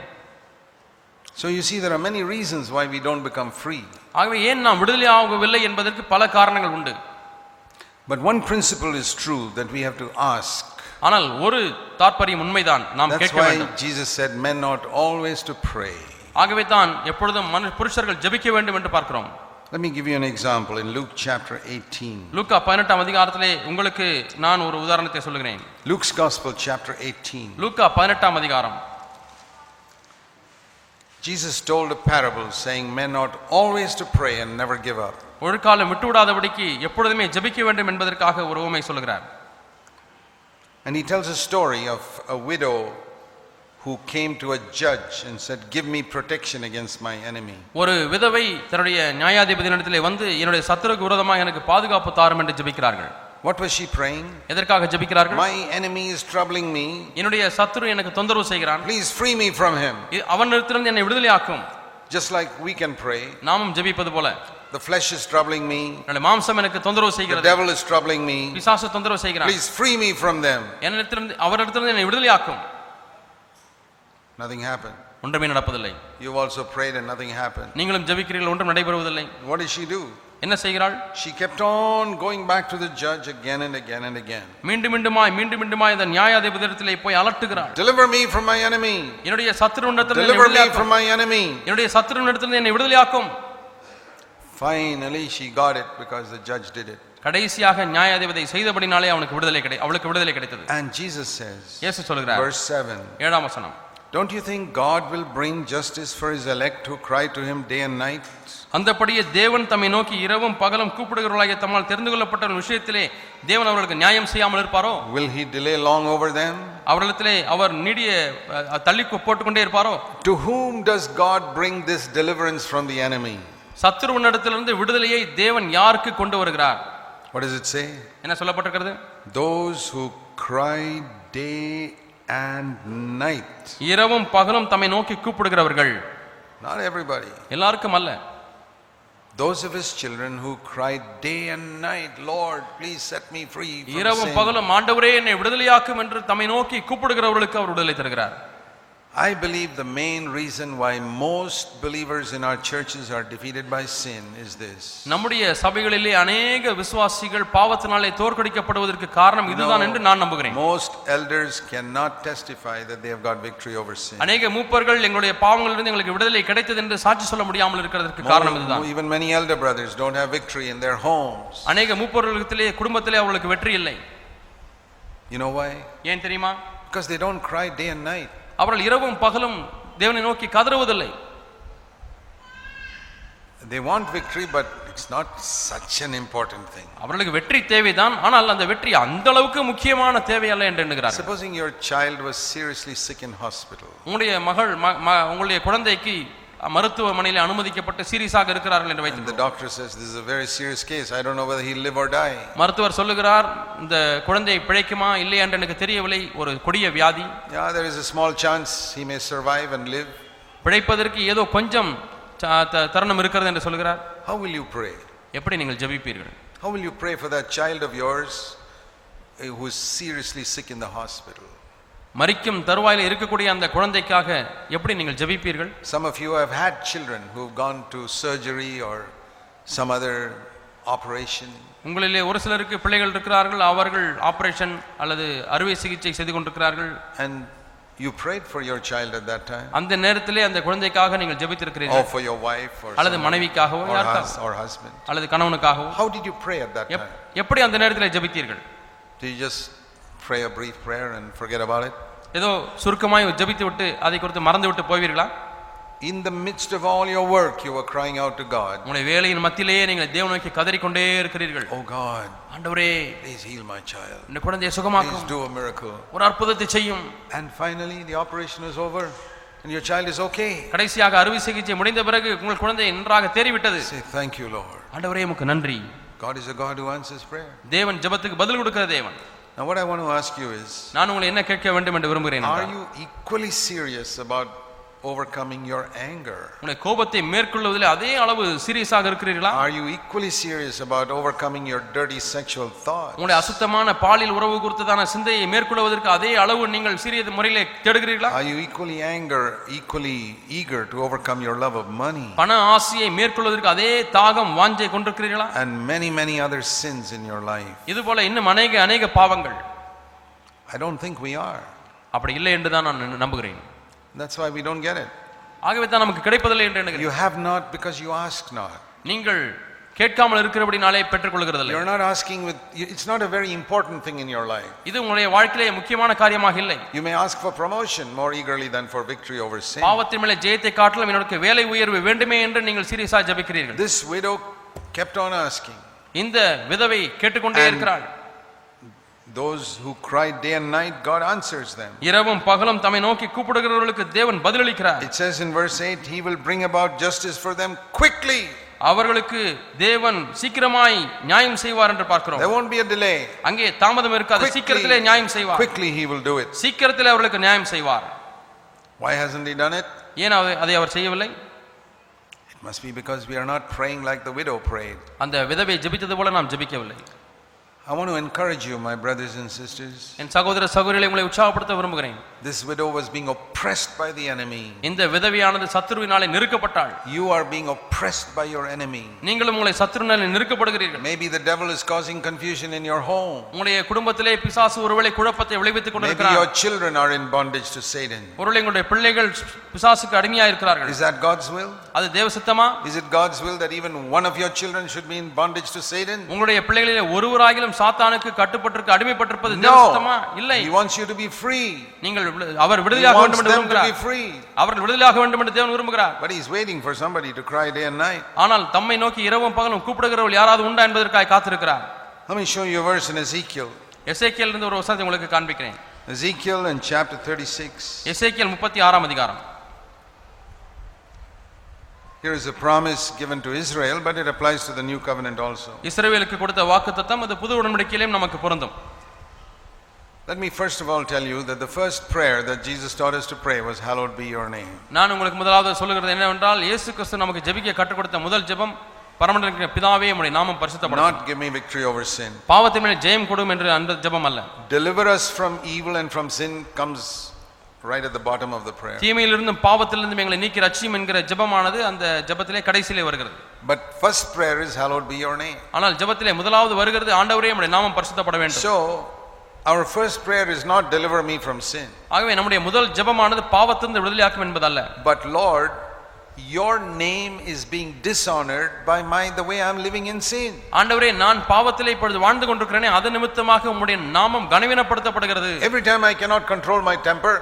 [SPEAKER 1] So you see, there are many reasons why we don't become free.
[SPEAKER 2] ஆகவே ஏன் நாம் விடுதலை ஆகவில்லை என்பதற்கு பல காரணங்கள் உண்டு
[SPEAKER 1] But one principle is true that we have to ask.
[SPEAKER 2] ஆனால் ஒரு தாற்பரியம் உண்மைதான் நாம்
[SPEAKER 1] That's
[SPEAKER 2] கேட்க
[SPEAKER 1] why
[SPEAKER 2] வேண்டும்
[SPEAKER 1] Jesus said, Men ought always to pray.
[SPEAKER 2] ஆகவே தான் எப்பொழுதும் மனு புருஷர்கள் ஜெபிக்க வேண்டும் என்று பார்க்கிறோம்
[SPEAKER 1] Let me give you an example in Luke chapter 18.
[SPEAKER 2] லூக்கா பதினெட்டாம் அதிகாரத்திலே உங்களுக்கு நான் ஒரு உதாரணத்தை சொல்லுகிறேன்
[SPEAKER 1] Luke's Gospel, chapter 18.
[SPEAKER 2] லூக்கா பதினெட்டாம் அதிகாரம்
[SPEAKER 1] Jesus told a parable saying, Men ought always to pray and never give up.
[SPEAKER 2] ஒழுக்காலம் விட்டுவிடாதபடிக்கு எப்பொழுதுமே ஜெபிக்க வேண்டும் என்பதற்காக ஒரு உவமை சொல்கிறார்
[SPEAKER 1] And he tells a story of a widow who came to a judge and said, Give me protection against my enemy.
[SPEAKER 2] ஒரு விதவை தன்னுடைய நியாயாதிபதியினிடத்திலே வந்து என்னுடைய சத்துருக்கு விரோதமாக எனக்கு பாதுகாப்பு தாரும் என்று ஜெபிக்கிறார்கள்
[SPEAKER 1] What was she praying?
[SPEAKER 2] எதற்காக ஜெபிக்கிறார்கள்
[SPEAKER 1] My enemy is troubling me.
[SPEAKER 2] என்னுடைய சத்துரு எனக்கு தொந்தரவு செய்கிறான்
[SPEAKER 1] Please free me from him.
[SPEAKER 2] இ- அவனிடத்திலிருந்து என்னை விடுதலை ஆக்கும்
[SPEAKER 1] Just like we can pray.
[SPEAKER 2] நாமும் ஜெபிப்பது போல
[SPEAKER 1] The flesh is troubling me.
[SPEAKER 2] என்னுடைய மாம்சம் எனக்கு தொந்தரவு
[SPEAKER 1] The
[SPEAKER 2] செய்கிறது
[SPEAKER 1] devil is troubling me.
[SPEAKER 2] பிசாசு தொந்தரவு செய்கிறான்
[SPEAKER 1] Please free me from them.
[SPEAKER 2] என்னிடத்திலிருந்து அவரிடத்திலிருந்து என்னை விடுதலை ஆக்கும்
[SPEAKER 1] Nothing happened.
[SPEAKER 2] ஒன்றுமே நடப்பதில்லை
[SPEAKER 1] You've also prayed and nothing happened.
[SPEAKER 2] நீங்களும் ஜெபிக்கிறீர்கள் ஒன்றும் நடைபெறுவதில்லை
[SPEAKER 1] What did she do?
[SPEAKER 2] என்ன செய்கிறாள்
[SPEAKER 1] She kept on going back to the judge again and again and again.
[SPEAKER 2] மீண்டும் மீண்டுமாய் மீண்டும் மீண்டுமாய் இந்த நியாயாதிபதியிடத்திலே போய் அலட்டுகிறாள்
[SPEAKER 1] Deliver me from my enemy.
[SPEAKER 2] என்னுடைய சத்துருவிடத்திலிருந்து என்னை
[SPEAKER 1] Deliver me
[SPEAKER 2] விடுதலையாக்கும்.
[SPEAKER 1] from my enemy.
[SPEAKER 2] என்னுடைய சத்துருவிடத்திலிருந்து என்னை விடுதலையாக்கும்
[SPEAKER 1] Finally, she got it because the judge did it.
[SPEAKER 2] கடைசியாக நியாயாதிபதி செய்தபடினாலே அவனுக்கு விடுதலை கிடை அவளுக்கு விடுதலை கிடைத்தது
[SPEAKER 1] And Jesus says,
[SPEAKER 2] இயேசு சொல்கிறார்
[SPEAKER 1] verse 7,
[SPEAKER 2] ஏழாம் வசனம்
[SPEAKER 1] Don't you think God will bring justice for his elect who cry to him day and night?
[SPEAKER 2] அந்தபடியே தேவன் தம்மை நோக்கி இரவும் பகலும் கூப்பிடுகிறவர்களாகிய தம்மால் தெரிந்து கொள்ளப்பட்ட விஷயத்திலே தேவன் அவர்களுக்கு நியாயம் செய்யாமல் இருப்பாரோ
[SPEAKER 1] Will he delay long over them?
[SPEAKER 2] அவர்களிடத்திலே அவர் நீடிய அஹ், தள்ளி கு- போட்டுக்கொண்டே இருப்பாரோ
[SPEAKER 1] To whom does God bring this deliverance from the enemy?
[SPEAKER 2] சத்துருவனிடத்திலிருந்து விடுதலையை தேவன் யாருக்கு கொண்டு வருகிறார்
[SPEAKER 1] What does it say?
[SPEAKER 2] என்ன சொல்லப்பட்டிருக்கிறது
[SPEAKER 1] Those who cry day and night.
[SPEAKER 2] இரவும் பகலும் தம்மை நோக்கி கூப்பிடுகிறவர்கள்
[SPEAKER 1] Not everybody.
[SPEAKER 2] எல்லாருக்கும் அல்ல
[SPEAKER 1] Those of his children who cry day and night, Lord, please set me free from
[SPEAKER 2] இரவும்
[SPEAKER 1] sin."
[SPEAKER 2] பகலும் ஆண்டவரே என்னை விடுதலையாக்கும் என்று தம்மை நோக்கி கூப்பிடுகிறவர்களுக்கு அவர் விடுதலை தருகிறார்
[SPEAKER 1] I believe the main reason why most believers in our churches are defeated by sin is this.
[SPEAKER 2] நம்முடைய சபைகளிலே அநேக விசுவாசிகள் பாவத்தினாலே தோற்கடிக்கப்படுவதற்கு காரணம்
[SPEAKER 1] You
[SPEAKER 2] இதுதான்
[SPEAKER 1] know,
[SPEAKER 2] என்று நான் நம்புகிறேன்
[SPEAKER 1] Most elders cannot testify that they have got victory over sin.
[SPEAKER 2] அநேக மூப்பர்கள் எங்களுடைய பாவங்களிலிருந்து எங்களுக்கு விடுதலை கிடைத்தது என்று சாட்சி சொல்ல முடியாமல் இருக்கிறதற்கு
[SPEAKER 1] Mo-
[SPEAKER 2] காரணம் இதுதான்
[SPEAKER 1] mo- even many elder brothers don't have victory in their homes.
[SPEAKER 2] அநேக மூப்பர்களுக்கிலே குடும்பத்திலே அவர்களுக்கு வெற்றி இல்லை
[SPEAKER 1] You know why?
[SPEAKER 2] ஏன் தெரியுமா
[SPEAKER 1] Because they don't cry day and night.
[SPEAKER 2] அவர்கள் இரவும் பகலும் தேவனை நோக்கி கதறுவதில்லை
[SPEAKER 1] They want victory, but it's not such an important thing.
[SPEAKER 2] அவர்களுக்கு வெற்றி தேவைதான் ஆனால் அந்த வெற்றி அந்த அளவுக்கு முக்கியமான தேவையல்ல என்று எண்ணுகிறார்
[SPEAKER 1] Supposing your child was seriously sick in hospital.
[SPEAKER 2] உங்களுடைய மகள் ம- ம- உங்களுடைய குழந்தைக்கு மருத்துவமனையில் அனுமதிக்கப்பட்டு சீரியஸாக இருக்கிறார்கள் என்று
[SPEAKER 1] And the
[SPEAKER 2] வைத்து
[SPEAKER 1] doctor says, This is a very serious case. I don't know whether he'll live or die.
[SPEAKER 2] மருத்துவர் சொல்லுகிறார் இந்த குழந்தை பிழைக்குமா இல்லையா என்று எனக்கு தெரியவில்லை ஒரு கொடிய வியாதி
[SPEAKER 1] Yeah, there is a small chance he may survive and live.
[SPEAKER 2] பிழைப்பதற்கு ஏதோ கொஞ்சம் ச- த- தருணம் இருக்கிறது என்று சொல்கிறார்
[SPEAKER 1] How will you pray?
[SPEAKER 2] எப்படி நீங்கள் ஜெபிப்பீர்கள்
[SPEAKER 1] How will you pray for that child of yours eh, who is seriously sick in the hospital?
[SPEAKER 2] மறிக்கும் தருவாயில் இருக்கக்கூடிய அந்த குழந்தைக்காக எப்படி நீங்கள் ஜெபிப்பீர்கள்
[SPEAKER 1] Some of you have had children who've gone to surgery or some other operation.
[SPEAKER 2] உங்களிலே ஒரு சிலருக்கு பிள்ளைகள் இருக்கிறார்கள் அவர்கள் ஆபரேஷன் அல்லது அறுவை சிகிச்சை செய்து கொண்டிருக்கிறார்கள்
[SPEAKER 1] And you prayed for your child at that time,
[SPEAKER 2] அந்த நேரத்திலே அந்த குழந்தைக்காக நீங்கள்
[SPEAKER 1] or
[SPEAKER 2] ஜெபித்திருக்கிறீர்கள்
[SPEAKER 1] for your wife, or,
[SPEAKER 2] அல்லது
[SPEAKER 1] someone,
[SPEAKER 2] மனைவிக்காகவோ
[SPEAKER 1] or, hus-
[SPEAKER 2] யாருக்காக
[SPEAKER 1] or husband.
[SPEAKER 2] அல்லது கணவனுக்காகவோ
[SPEAKER 1] How did you pray at that
[SPEAKER 2] எப்-
[SPEAKER 1] time?
[SPEAKER 2] எப்படி அந்த நேரத்தில் ஜெபித்தீர்கள்
[SPEAKER 1] Did you just pray a brief prayer and forget about it?
[SPEAKER 2] ஏதோ சுருக்கமாய் ஜெபித்து விட்டு அதை குறித்து மறந்து விட்டு போவீர்களா
[SPEAKER 1] In the midst of all your work, you were crying out to God,
[SPEAKER 2] உங்களுடைய வேலையின் மத்தியிலேயே நீங்கள் தேவ நோக்கி கதறிக்கொண்டே இருக்கிறீர்கள்
[SPEAKER 1] Oh God,
[SPEAKER 2] ஆண்டவரே
[SPEAKER 1] please heal my child.
[SPEAKER 2] இந்த குழந்தையை
[SPEAKER 1] Please
[SPEAKER 2] சுகமாக்கும்
[SPEAKER 1] do a miracle.
[SPEAKER 2] ஒரு அற்புதத்தை செய்யும்
[SPEAKER 1] And finally, the operation was over. and your child is okay.
[SPEAKER 2] கடைசியாக அறுவை சிகிச்சை முடிந்த பிறகு உங்கள் குழந்தை நன்றாக தேறிவிட்டது
[SPEAKER 1] Say, Thank you, Lord.
[SPEAKER 2] ஆண்டவரே உமக்கு நன்றி
[SPEAKER 1] God is a God who answers prayer.
[SPEAKER 2] தேவன் ஜெபத்துக்கு பதில் கொடுக்கிற தேவன்
[SPEAKER 1] Now, what I want to ask you is
[SPEAKER 2] நான் உங்களை என்ன கேட்க வேண்டும் என்று விரும்புகிறேன்
[SPEAKER 1] are
[SPEAKER 2] என்றால்,
[SPEAKER 1] you equally serious about overcoming your anger?
[SPEAKER 2] உங்களுடைய கோபத்தை மேற்கொள்வதில் அதே அளவு சீரியஸாக இருக்கிறீர்களா
[SPEAKER 1] Are you equally serious about overcoming your dirty sexual thoughts?
[SPEAKER 2] உங்களுடைய அசுத்தமான பாலியல் உறவு குறித்ததான சிந்தையை மேற்கொள்வதற்கு அதே அளவு நீங்கள் சீரிய முறையிலே தேடுகிறீர்களா
[SPEAKER 1] Are you equally anger, equally eager to overcome your love of money
[SPEAKER 2] பண ஆசையை மேற்கொள்வதற்கு அதே தாகம் வாஞ்சை கொண்டிருக்கிறீர்களா
[SPEAKER 1] and many, many other sins in your life?
[SPEAKER 2] இது போல இன்னும் அநேக அநேக பாவங்கள்
[SPEAKER 1] I don't think we are.
[SPEAKER 2] அப்படி இல்லை என்று தான் நான் நம்புகிறேன்
[SPEAKER 1] That's why we don't get it.
[SPEAKER 2] ஆகவே தான் நமக்கு கிடைப்பதில்லை என்று எண்ணுகிறேன்
[SPEAKER 1] You have not because you ask not.
[SPEAKER 2] நீங்கள் கேட்காமல் இருக்கிறபடினாலே பெற்றுக்கொள்கிறதில்லை
[SPEAKER 1] You're not asking with, it's not a very important thing in your life.
[SPEAKER 2] இது உங்களுடைய வாழ்க்கையிலே முக்கியமான காரியமாக இல்லை
[SPEAKER 1] You may ask for promotion more eagerly than for victory over sin.
[SPEAKER 2] பாவத்தின் மேலே ஜெயத்தை காட்டிலும் எனக்கு வேலை உயர்வு வேண்டுமே என்று நீங்கள் சீரியஸா ஜெபிக்கிறீர்கள்
[SPEAKER 1] This widow kept on asking.
[SPEAKER 2] இந்த விதவை கேட்டுக்கொண்டே இருக்கிறாள்
[SPEAKER 1] Those who cried day and night, God answers them.
[SPEAKER 2] இரவும் பகலும் தம்மை நோக்கி கூப்பிடுகிறவர்களுக்கு தேவன் பதிலளிக்கிறார்
[SPEAKER 1] It says in verse 8, He will bring about justice for them quickly.
[SPEAKER 2] அவர்களுக்கு தேவன் சீக்கிரமாய் நியாயம் செய்வார் என்று பார்க்கிறோம்
[SPEAKER 1] There won't be a delay.
[SPEAKER 2] அங்கே தாமதம் இருக்காது சீக்கிரத்திலே நியாயம் செய்வார்
[SPEAKER 1] quickly He will do it.
[SPEAKER 2] சீக்கிரத்திலே அவர்களுக்கு நியாயம் செய்வார்
[SPEAKER 1] Why hasn't He done it?
[SPEAKER 2] ஏன் அவ- அதை அவர் செய்யவில்லை
[SPEAKER 1] It must be because we are not praying like the widow prayed.
[SPEAKER 2] அந்த விதவை ஜெபித்தது போல நாம் ஜெபிக்கவில்லை
[SPEAKER 1] I want to encourage you, my brothers and sisters.
[SPEAKER 2] என் சகோதர சகோதரிகளை உங்களை உற்சாகப்படுத்த விரும்புகிறேன்
[SPEAKER 1] This widow was being oppressed by the enemy.
[SPEAKER 2] இந்த விதவையானது சத்துருவினாலே நெருக்கப்பட்டாள்
[SPEAKER 1] You are being oppressed by your enemy.
[SPEAKER 2] நீங்களும் உங்களை சத்துருவினாலே நெருக்கப்படுகிறீர்கள்
[SPEAKER 1] Maybe the devil is causing confusion in your home.
[SPEAKER 2] உங்களுடைய குடும்பத்திலே பிசாசு ஒருவேளை குழப்பத்தை விளைவித்துக்
[SPEAKER 1] Maybe your
[SPEAKER 2] கொண்டிருக்கிறார்
[SPEAKER 1] children are in bondage to Satan.
[SPEAKER 2] ஒருவேளை உங்களுடைய பிள்ளைகள் பிசாசுக்கு அடிமையா இருக்கிறார்கள்
[SPEAKER 1] Is that God's will?
[SPEAKER 2] அது தேவ சித்தமா
[SPEAKER 1] Is it God's will that even one of your children should be in bondage to Satan?
[SPEAKER 2] உங்களுடைய பிள்ளைகளிலே ஒருவராகிலும் சாத்தானுக்கு கட்டுப்பட்டிருக்க அடிமைப்பட்டிருப்பது தேவ சித்தமா
[SPEAKER 1] No.
[SPEAKER 2] இல்லை
[SPEAKER 1] He wants you to be free.
[SPEAKER 2] நீங்கள் விடு- அவர்
[SPEAKER 1] He
[SPEAKER 2] விடுதலையாக
[SPEAKER 1] wants
[SPEAKER 2] வேண்டும் என்று
[SPEAKER 1] them to be
[SPEAKER 2] விரும்புகிறார்
[SPEAKER 1] free.
[SPEAKER 2] அவர்கள் விடுதலையாக வேண்டும் என்று தேவன் விரும்புகிறார்
[SPEAKER 1] But he's waiting for somebody to cry day and night.
[SPEAKER 2] ஆனால் தம்மை நோக்கி இரவும் பகலும் கூப்பிடுகிறவர்கள் யாராவது உண்டா என்பதற்காக காத்திருக்கிறார்
[SPEAKER 1] Let me show you a verse in Ezekiel.
[SPEAKER 2] Ezekiel இருந்து ஒரு வசனத்தை உங்களுக்கு காண்பிக்கிறேன்
[SPEAKER 1] Ezekiel in chapter 36.
[SPEAKER 2] எசேக்கியல் முப்பத்தி ஆறாம் அதிகாரம்
[SPEAKER 1] Here is a promise given to Israel, but it applies to the new covenant also.
[SPEAKER 2] இஸ்ரவேலுக்கு கொடுத்த வாக்குத்தத்தம் அது புது உடன்படிக்கையிலும் நமக்கு பொருந்தும்
[SPEAKER 1] Let me first of all tell you that the first prayer that Jesus taught us to pray was, Hallowed be your name.
[SPEAKER 2] நான் உங்களுக்கு முதலாவது சொல்லுகிறது என்னவென்றால் இயேசு கிறிஸ்து நமக்கு ஜெபிக்க கற்றுக் கொடுத்த முதல் ஜெபம் பரமண்டலின் பிதாவே உம்முடைய நாமம் பரிசுத்தப்படும்
[SPEAKER 1] Not give me victory over sin.
[SPEAKER 2] பாவத்தின் மேல் ஜெயம் கொடும் என்று அந்த ஜெபம் அல்ல
[SPEAKER 1] Deliver us from evil and from sin comes right at the bottom of the prayer.
[SPEAKER 2] தீமையிலிருந்தும் பாவத்திலிருந்தும் எங்களை நீக்கி ரட்சியும் என்கிற ஜெபமானது அந்த ஜெபத்திலே கடைசியிலே வருகிறது
[SPEAKER 1] But first prayer is, Hallowed be your name.
[SPEAKER 2] ஆனால் ஜெபத்திலே முதலாவது வருகிறது ஆண்டவரே உம்முடைய நாமம் பரிசுத்தப்பட வேண்டும்
[SPEAKER 1] So, our first prayer is not, Deliver me from sin,
[SPEAKER 2] ஆகவே நம்முடைய முதல் ஜெபமானது பாவத்திலிருந்து விடுதலையாக்கும் என்பதல்ல
[SPEAKER 1] but Lord, your name is being dishonored by my the way I'm living in sin.
[SPEAKER 2] ஆண்டவரே நான் பாவத்திலே இப்பொழுது வாழ்ந்து கொண்டிருக்கிறேனே அது நிமித்தமாக உம்முடைய நாமம் கனவீனப்படுத்தப்படுகிறது
[SPEAKER 1] Every time I cannot control my temper,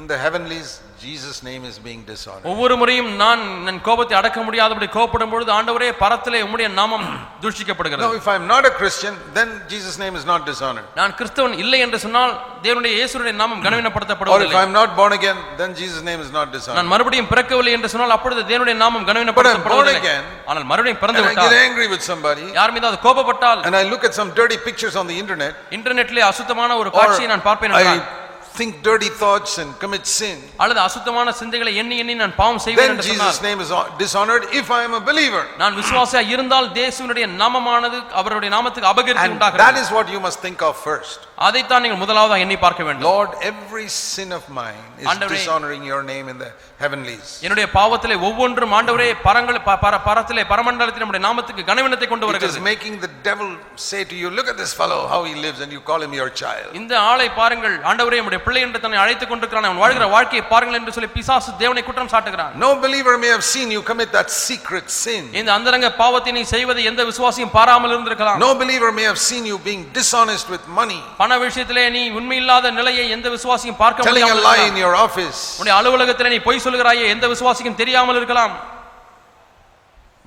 [SPEAKER 1] in the heavenlies, Jesus' name is being dishonored.
[SPEAKER 2] ஒவ்வொரு முறையும் நான் என் கோபத்தை அடக்க முடியாதபடி கோபப்படும் பொழுது ஆண்டவரே பரத்திலே உம்முடைய நாமம்
[SPEAKER 1] Now,
[SPEAKER 2] தூஷிக்கப்படுகிறது
[SPEAKER 1] if I'm not a Christian, then Jesus' name is not dishonored.
[SPEAKER 2] நான் கிறிஸ்தவன் இல்லை என்று சொன்னால் தேவனுடைய இயேசுடைய நாமம்
[SPEAKER 1] Or if
[SPEAKER 2] கனவீனப்படுத்தப்படுவதில்லை
[SPEAKER 1] I'm not born again, then Jesus' name is not dishonored.
[SPEAKER 2] நான் மறுபடியும் பிறக்கவில்லை என்று சொன்னால் அப்பொழுது தேவனுடைய நாமம் கனவீனப்படுத்தப்படுவதில்லை
[SPEAKER 1] again.
[SPEAKER 2] ஆனால் மறுபடியும் பிறந்து
[SPEAKER 1] And I get
[SPEAKER 2] விட்டால்
[SPEAKER 1] angry with somebody,
[SPEAKER 2] யார் மீதாவது கோபப்பட்டால்
[SPEAKER 1] and I look at some dirty pictures on the internet,
[SPEAKER 2] இன்டர்நெட்டிலே அசுத்தமான ஒரு
[SPEAKER 1] or
[SPEAKER 2] காட்சியை நான் பார்ப்பேன் என்றால்,
[SPEAKER 1] I think dirty thoughts and commit sin,
[SPEAKER 2] அல்லது அசுத்தமான சிந்தைகளை எண்ணி எண்ணி நான் பாவம் செய்வேன்
[SPEAKER 1] then
[SPEAKER 2] என்று சொன்னால்
[SPEAKER 1] Jesus' name is dishonored if I am a believer.
[SPEAKER 2] நான் விசுவாசியா இருந்தால் தேசுனுடைய நாமமானது அவருடைய நாமத்துக்கு அபகரித்து
[SPEAKER 1] And that
[SPEAKER 2] உண்டாகிறது
[SPEAKER 1] is what you must think of first.
[SPEAKER 2] Mm. அதைத்தான் நீங்கள் முதலாவதாக எண்ணி பார்க்க வேண்டும்
[SPEAKER 1] Lord, every sin of mine is
[SPEAKER 2] ஆண்டவரே.
[SPEAKER 1] dishonoring your name in the heavenlies.
[SPEAKER 2] என்னுடைய பாவத்திலே ஒவ்வொன்றும் ஆண்டவரே பரங்கள் ப- பர- பரத்திலே பரமண்டலத்தில் நம்முடைய நாமத்துக்கு கனவினத்தை கொண்டு
[SPEAKER 1] It is
[SPEAKER 2] வருகிறது
[SPEAKER 1] making the devil say to you, Look at this fellow, how he lives, and you call him your child.
[SPEAKER 2] இந்த ஆளை பாருங்கள் ஆண்டவரே நம்முடைய பிள்ளை என்று தன்னை அழைத்துக் கொண்டிருக்கிறான் அவன் வாழ்கிற வாழ்க்கையை பாருங்கள் என்று சொல்லி பிசாசு தேவனை குற்றம் சாட்டுகிறான்
[SPEAKER 1] No believer may have seen you commit that secret sin.
[SPEAKER 2] இந்த அந்தரங்க பாவத்தை நீ செய்வதை எந்த விசுவாசியும் பாராமல் இருந்திருக்கலாம்
[SPEAKER 1] No believer may have seen you being dishonest with money,
[SPEAKER 2] பண விஷயத்திலே நீ உண்மையில்லாத நிலையை எந்த விசுவாசியும் பார்க்க
[SPEAKER 1] telling a
[SPEAKER 2] முடியாமல்
[SPEAKER 1] lie in
[SPEAKER 2] இருக்கலாம்.
[SPEAKER 1] your office.
[SPEAKER 2] உன்னுடைய அலுவலகத்திலே நீ பொய் சொல்கிறாயே எந்த விசுவாசிக்கும் தெரியாமல் இருக்கலாம்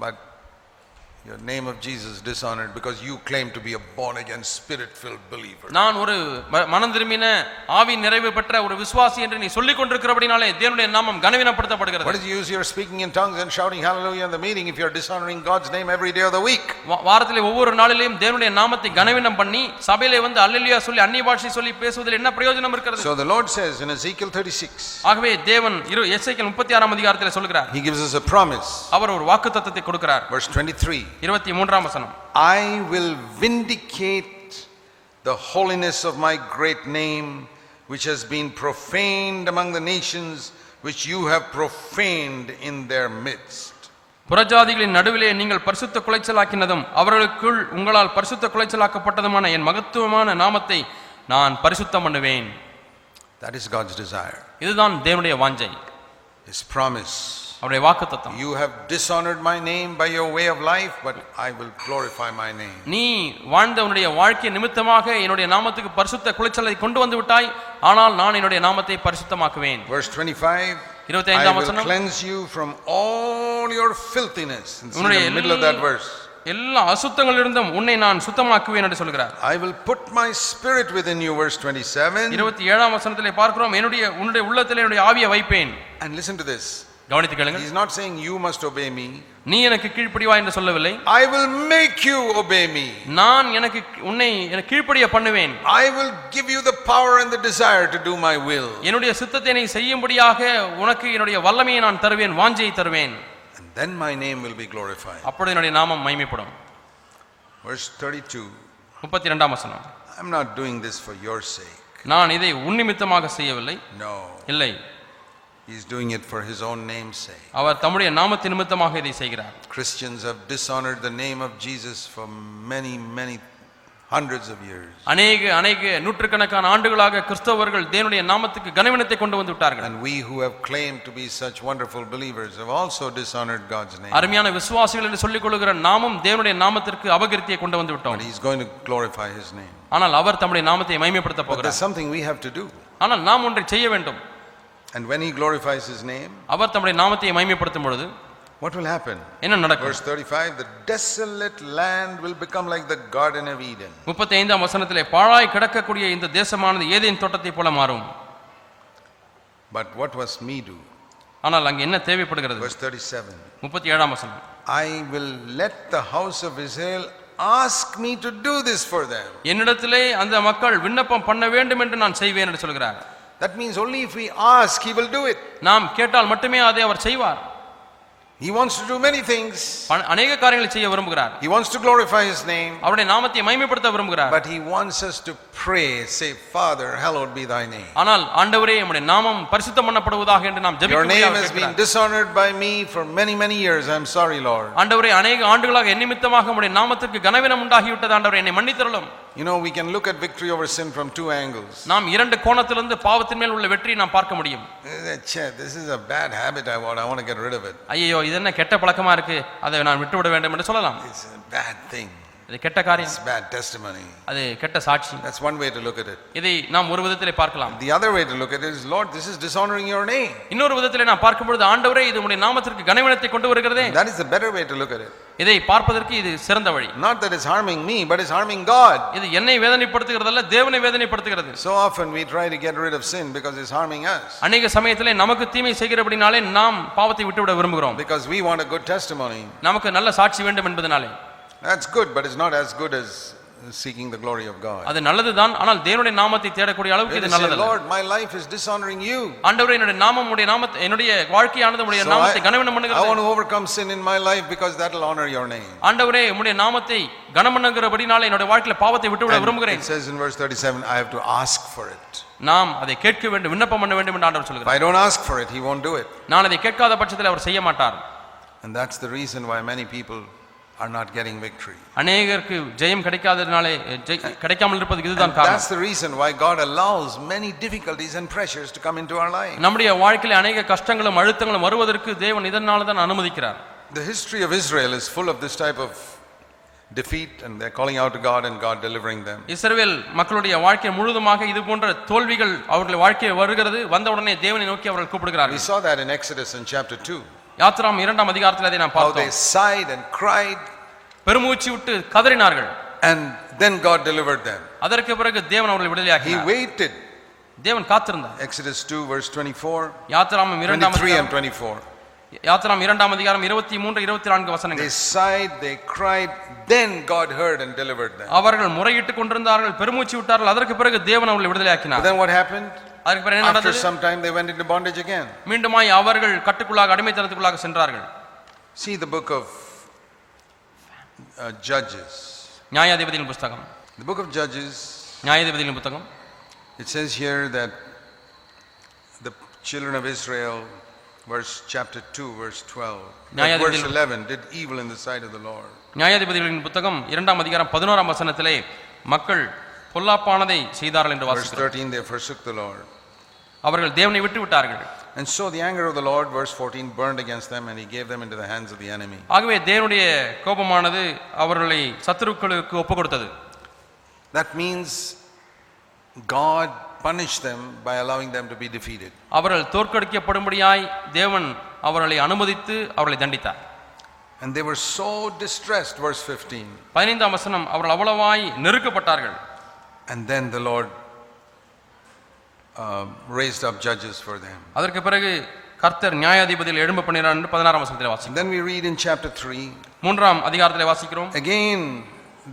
[SPEAKER 1] But Your name of Jesus dishonored because you claim to be a born again, spirit filled believer.
[SPEAKER 2] நான் ஒரு ம- மனம் திரும்பின ஆவி நிறைவு பெற்ற ஒரு விசுவாசி என்று நீ சொல்லிக் கொண்டிருக்கிறபடினாலே தேவனுடைய நாமம் கனவீனப்படுத்தப்படுகிறது
[SPEAKER 1] What is the use your speaking in tongues and shouting hallelujah in the meeting if you're dishonoring God's name every day of the week?
[SPEAKER 2] வா- வாரத்திலே ஒவ்வொரு நாளிலேயும் தேவனுடைய நாமத்தை கனவீனம் பண்ணி சபையிலே வந்து அல்லேலூயா சொல்லி அந்நிய பாஷை சொல்லி பேசுவதில் என்ன பிரயோஜனம் இருக்கிறது
[SPEAKER 1] So the Lord says in Ezekiel 36,
[SPEAKER 2] ஆகவே தேவன் இரு எசைக்கல் முப்பத்தி ஆறாம் அதிகாரத்திலே சொல்கிறார்
[SPEAKER 1] He gives us a promise.
[SPEAKER 2] அவர் ஒரு வாக்கு தத்தத்தை கொடுக்கிறார்
[SPEAKER 1] Verse 23
[SPEAKER 2] இருபத்தி மூன்றாம் வசனம்
[SPEAKER 1] I will vindicate the holiness of my great name, which has been profaned among the nations, which you have profaned in their midst.
[SPEAKER 2] புறஜாதிகளின் நடுவிலே நீங்கள் பரிசுத்த குலைச்சலாக்கினதும் அவர்களுக்குள் உங்களால் பரிசுத்த குலைச்சலாக்கப்பட்டதுமான என் மகத்துவமான நாமத்தை நான் பரிசுத்தம் பண்ணுவேன்
[SPEAKER 1] That is God's desire,
[SPEAKER 2] இதுதான் தேவனுடைய வாஞ்சை
[SPEAKER 1] His promise.
[SPEAKER 2] அவருடைய வாக்குத்தத்தம்
[SPEAKER 1] You have dishonored my name by your way of life, but I will glorify my name.
[SPEAKER 2] நீ வாழ்ந்த உன்னுடைய வாழ்க்கை நிமித்தமாக என்னுடைய நாமத்துக்கு பரிசுத்த குலைச்சலை கொண்டு வந்து விட்டாய் ஆனால் நான் என்னுடைய நாமத்தை பரிசுத்தமாக்குவேன்
[SPEAKER 1] Verse 25 I
[SPEAKER 2] இருபத்தைந்தாம்
[SPEAKER 1] will
[SPEAKER 2] வசனம்
[SPEAKER 1] cleanse you from all your filthiness. It's in
[SPEAKER 2] உன்னுடைய
[SPEAKER 1] the middle of that verse.
[SPEAKER 2] எல்லா அசுத்தங்களிலிருந்தும் உன்னை நான் சுத்தமாக்குவேன் என்று சொல்கிறார்
[SPEAKER 1] I will put my spirit within you, verse 27.
[SPEAKER 2] இருபத்தி ஏழாம் வசனத்திலே பார்க்கிறோம் என்னுடைய உன்னுடைய உள்ளத்திலே என்னுடைய ஆவியை வைப்பேன்
[SPEAKER 1] And listen to this.
[SPEAKER 2] கவனித்து கேளுங்கள்
[SPEAKER 1] He's not saying you must obey me.
[SPEAKER 2] நீ எனக்கு கீழ்ப்படிவா என்று சொல்லவில்லை
[SPEAKER 1] I will make you obey me.
[SPEAKER 2] நான் எனக்கு உன்னை எனக்கு கீழ்ப்படிய பண்ணுவேன்
[SPEAKER 1] I will give you the power and the desire to do my will.
[SPEAKER 2] என்னுடைய சித்தத்தை நீ செய்யும்படியாக உனக்கு என்னுடைய வல்லமையை நான் தருவேன் வாஞ்சையை தருவேன்
[SPEAKER 1] And then my name will be glorified.
[SPEAKER 2] அப்பொழுது என்னுடைய நாமம் மகிமைப்படும்
[SPEAKER 1] Verse 32.
[SPEAKER 2] முப்பத்தி ரெண்டாம் வசனம்
[SPEAKER 1] I'm not doing this for your sake.
[SPEAKER 2] நான் இதை உன்னிமித்தமாக செய்யவில்லை
[SPEAKER 1] No.
[SPEAKER 2] இல்லை
[SPEAKER 1] He's doing it for his own name's sake.
[SPEAKER 2] அவர் தம்முடைய நாமத்து நிமித்தமாக இதை செய்கிறார்
[SPEAKER 1] Christians have dishonored the name of Jesus for many, many hundreds of years.
[SPEAKER 2] அநேக அநேக நூற்றுக்கணக்கான ஆண்டுகளாக கிறிஸ்தவர்கள் தேவனுடைய நாமத்துக்கு கனவீனத்தை கொண்டு வந்து விட்டார்கள்
[SPEAKER 1] And we who have claimed to be such wonderful believers have also dishonored God's name.
[SPEAKER 2] அருமையான விசுவாசிகள் என்று சொல்லிக் கொள்ளுகிற நாமும் தேவனுடைய நாமத்திற்கு அபகீர்த்தியை கொண்டு வந்து விட்டோம்
[SPEAKER 1] But he's going to glorify his name.
[SPEAKER 2] ஆனால் அவர் தம்முடைய நாமத்தை மகிமைப்படுத்த
[SPEAKER 1] But there's
[SPEAKER 2] போகிறார்
[SPEAKER 1] something we have to do.
[SPEAKER 2] ஆனால் நாம் ஒன்றை செய்ய வேண்டும்
[SPEAKER 1] And when he glorifies his name,
[SPEAKER 2] அவர் தம்முடைய நாமத்தை மகிமைப்படுத்தும் பொழுது
[SPEAKER 1] what will happen?
[SPEAKER 2] என்ன நடக்கும்
[SPEAKER 1] Verse 35 The desolate land will become like the Garden of Eden.
[SPEAKER 2] முப்பத்தி ஐந்தாம் வசனத்திலே பாழாய் கிடக்கக்கூடிய இந்த தேசமானது ஏதேன் தோட்டத்தை போல மாறும்
[SPEAKER 1] But what must me do?
[SPEAKER 2] ஆனால் அங்கே என்ன தேவைப்படுகிறது
[SPEAKER 1] Verse 37
[SPEAKER 2] முப்பத்தி ஏழாம் வசனம்
[SPEAKER 1] I will let the house of Israel ask me to do this for them.
[SPEAKER 2] என்னிடத்திலே அந்த மக்கள் விண்ணப்பம் பண்ண வேண்டும் என்று நான் செய்வேன் என்று சொல்கிறார்
[SPEAKER 1] That means only if we ask, he will do it.
[SPEAKER 2] நாம் கேட்டால் மட்டுமே அதை அவர் செய்வார்
[SPEAKER 1] He wants to do many things.
[SPEAKER 2] பண- அநேக காரியங்களை செய்ய விரும்புகிறார்
[SPEAKER 1] He wants to glorify his name.
[SPEAKER 2] அவருடைய நாமத்தை மகிமைப்படுத்த விரும்புகிறார்
[SPEAKER 1] But he wants us to pray, say, Father, hallowed be thy name.
[SPEAKER 2] ஆனால் ஆண்டவரே நம்முடைய நாமம் பரிசுத்தம் பண்ணப்படுவதாக என்று நாம்
[SPEAKER 1] Your name has
[SPEAKER 2] ஜெபிக்க
[SPEAKER 1] been dishonored by me for many, many years. I'm sorry, Lord.
[SPEAKER 2] ஆண்டவரே அநேக ஆண்டுகளாக என் நிமித்தமாக உடைய நாமத்திற்கு கனவீனம் உண்டாகிவிட்டது ஆண்டவரே என்னை மன்னித்தருளும்
[SPEAKER 1] You know, we can look at victory over sin from two angles.
[SPEAKER 2] நாம் இரண்டு கோணத்திலிருந்து பாவத்தின் மேல் உள்ள வெற்றியை நாம் பார்க்க முடியும்
[SPEAKER 1] Eh, che, This is a bad habit I want. I want to get rid of it.
[SPEAKER 2] ஐயோ இது என்ன கெட்ட பழக்கமா இருக்கு அதை நான் விட்டுவிட வேண்டும் என்று சொல்லலாம்
[SPEAKER 1] It's a bad thing.
[SPEAKER 2] இது கெட்ட காரியம்
[SPEAKER 1] It's bad testimony.
[SPEAKER 2] அது கெட்ட சாட்சி
[SPEAKER 1] That's one way to look at it.
[SPEAKER 2] இதை நாம் ஒரு விதத்திலே பார்க்கலாம்
[SPEAKER 1] The other way to look at it is, Lord, this is dishonoring your name.
[SPEAKER 2] இன்னொரு விதத்திலே நான் பார்க்கும்பொழுது ஆண்டவரே இது உடைய நாமத்திற்கு கனவீனத்தை கொண்டு வருகிறதே
[SPEAKER 1] That is the better way to look at it.
[SPEAKER 2] இதை பார்ப்பதற்கு இது சிறந்த வழி
[SPEAKER 1] Not that it's harming me, but it's harming God.
[SPEAKER 2] இது என்னை வேதனைப்படுத்துகிறதல்ல தேவனை வேதனைப்படுத்துகிறது
[SPEAKER 1] So often we try to get rid of sin because it's harming us.
[SPEAKER 2] அநேக சமயத்திலே நமக்கு தீமை செய்கிறபடினாலே நாம் பாவத்தை விட்டுவிட விரும்புகிறோம்
[SPEAKER 1] Because we want a good testimony.
[SPEAKER 2] நமக்கு நல்ல சாட்சி வேண்டும் என்பதனாலே
[SPEAKER 1] That's good, but it's not as good as seeking the glory of God.
[SPEAKER 2] அது நல்லதுதான் ஆனால் தேவனுடைய நாமத்தை தேடக்கூடிய அளவுக்கு
[SPEAKER 1] We
[SPEAKER 2] இது
[SPEAKER 1] have to say,
[SPEAKER 2] நல்லதல்ல
[SPEAKER 1] Lord, my life is dishonoring you.
[SPEAKER 2] ஆண்டவரே என்னுடைய நாமம் உடைய நாமத்தை என்னுடைய வாழ்க்கையானது உடைய
[SPEAKER 1] So I,
[SPEAKER 2] நாமத்தை கனவீனம்
[SPEAKER 1] I want
[SPEAKER 2] பண்ணுகிறது
[SPEAKER 1] to overcome sin in my life because that'll honor your name.
[SPEAKER 2] ஆண்டவரே உம்முடைய நாமத்தை கனமண்ணுங்கிறபடினாலே என்னுடைய வாழ்க்கையில பாவத்தை விட்டுவிட
[SPEAKER 1] And
[SPEAKER 2] விரும்புகிறேன்
[SPEAKER 1] it says in verse 37, I have to ask for it.
[SPEAKER 2] நாம் அதை கேட்க வேண்டும் விண்ணப்பம் பண்ண வேண்டும் என்று ஆண்டவர்
[SPEAKER 1] If
[SPEAKER 2] சொல்கிறார்
[SPEAKER 1] I don't ask for it, he won't do it.
[SPEAKER 2] நான் அதை கேட்காத பட்சத்தில் அவர் செய்ய மாட்டார்
[SPEAKER 1] And that's the reason why many people are not getting victory.
[SPEAKER 2] அநேகருக்கு ஜெயம் கிடைக்காததுனாலே ஜெய்- கிடைக்காமல் இருப்பதுக்கு இதுதான் காரணம்
[SPEAKER 1] That's the reason why God allows many difficulties and pressures to come into our life.
[SPEAKER 2] நம்முடைய வாழ்க்கையில அநேக கஷ்டங்களும் அழுத்தங்களும் வருவதற்கு தேவன் இதனால தான் அனுமதிக்கிறார்
[SPEAKER 1] The history of Israel is full of this type of defeat, and they're calling out to God and God delivering them.
[SPEAKER 2] இஸ்ரவேல் மக்களுடைய வாழ்க்கை முழுவதுமாக இது போன்ற தோல்விகள் அவர்கள் வாழ்க்கையை வருகிறது வந்தவுடனே தேவனை நோக்கி அவர்கள்
[SPEAKER 1] We
[SPEAKER 2] கூப்பிடுகிறார்கள்
[SPEAKER 1] saw that in Exodus in chapter 2.
[SPEAKER 2] யாத்திராம் இரண்டாம் அதிகாரத்தில் அதை நாம்
[SPEAKER 1] How they
[SPEAKER 2] பார்த்தோம்
[SPEAKER 1] sighed and cried
[SPEAKER 2] பெருமூச்சு விட்டு கதறினார்கள்
[SPEAKER 1] and then God delivered them.
[SPEAKER 2] அதற்கு பிறகு தேவன் அவர்களை
[SPEAKER 1] He
[SPEAKER 2] விடுதலையாக்கினார்
[SPEAKER 1] waited.
[SPEAKER 2] தேவன் காத்திருந்தார்
[SPEAKER 1] Exodus 2, verse 24,
[SPEAKER 2] யாத்திராமம்
[SPEAKER 1] 23
[SPEAKER 2] இரண்டாம்
[SPEAKER 1] and
[SPEAKER 2] அதிகாரம்
[SPEAKER 1] 24.
[SPEAKER 2] யாத்திராம் இரண்டாம் அதிகாரம் இருபத்தி மூன்று இருபத்தி நான்கு
[SPEAKER 1] They
[SPEAKER 2] வசனங்கள்
[SPEAKER 1] sighed, they cried, then God heard and delivered them.
[SPEAKER 2] அவர்கள் முறையிட்டுக் கொண்டிருந்தார்கள் பெருமூச்சு விட்டார்கள் அதற்கு பிறகு தேவன் அவர்களை
[SPEAKER 1] But
[SPEAKER 2] விடுதலையாக்கினார்
[SPEAKER 1] then what happened?
[SPEAKER 2] அதற்கு பிறகு என்ன
[SPEAKER 1] After
[SPEAKER 2] நடந்தது
[SPEAKER 1] some time, they went into bondage again.
[SPEAKER 2] மீண்டுமாய் அவர்கள் கட்டுக்குள்ளாக அடிமைத்தனத்துக்குள்ளாக சென்றார்கள்
[SPEAKER 1] See the book of uh, Judges.
[SPEAKER 2] நியாயாதிபதியின் புஸ்தகம்
[SPEAKER 1] The book of Judges,
[SPEAKER 2] நியாயாதிபதியின் புத்தகம்
[SPEAKER 1] it says here that the children of Israel, verse chapter 2, verse 12,
[SPEAKER 2] Nyaya-
[SPEAKER 1] verse 11, did evil in the sight of the Lord.
[SPEAKER 2] நியாயாதிபதிகளின் புத்தகம் இரண்டாம் அதிகாரம் பதினோராம் வசனத்திலே மக்கள் பொல்லாப்பானதை செய்தார்கள் என்று
[SPEAKER 1] Verse
[SPEAKER 2] வாசிக்கிறோம்
[SPEAKER 1] 13, they forsook the Lord.
[SPEAKER 2] அவர்கள் தேவனை விட்டு விட்டார்கள்
[SPEAKER 1] And so the anger of the Lord, verse 14, burned against them, and he gave them into the hands of the enemy.
[SPEAKER 2] ஆகவே தேவனுடைய கோபமானது அவர்களை சத்துருக்களுக்கு ஒப்பு கொடுத்தது
[SPEAKER 1] That means God punished them by allowing them to be defeated.
[SPEAKER 2] அவர்கள் தோற்கடிக்கப்படும்படியாய் தேவன் அவர்களை அனுமதித்து அவர்களை தண்டித்தார்
[SPEAKER 1] And they were so distressed, verse 15.
[SPEAKER 2] பதினைந்தாம் வசனம் அவர்கள் அவ்வளவாய் நெருக்கப்பட்டார்கள்
[SPEAKER 1] And then the Lord uh, raised up judges for them.
[SPEAKER 2] அதற்கு பிறகு கர்த்தர் நியாயாதிபதியில் எழும்ப பண்ணினார் என்று பதினாறாம் வசனத்தில்
[SPEAKER 1] And
[SPEAKER 2] வாசிக்கிறோம்
[SPEAKER 1] then we read in chapter 3,
[SPEAKER 2] மூன்றாம் அதிகாரத்தில் வாசிக்கிறோம்
[SPEAKER 1] again,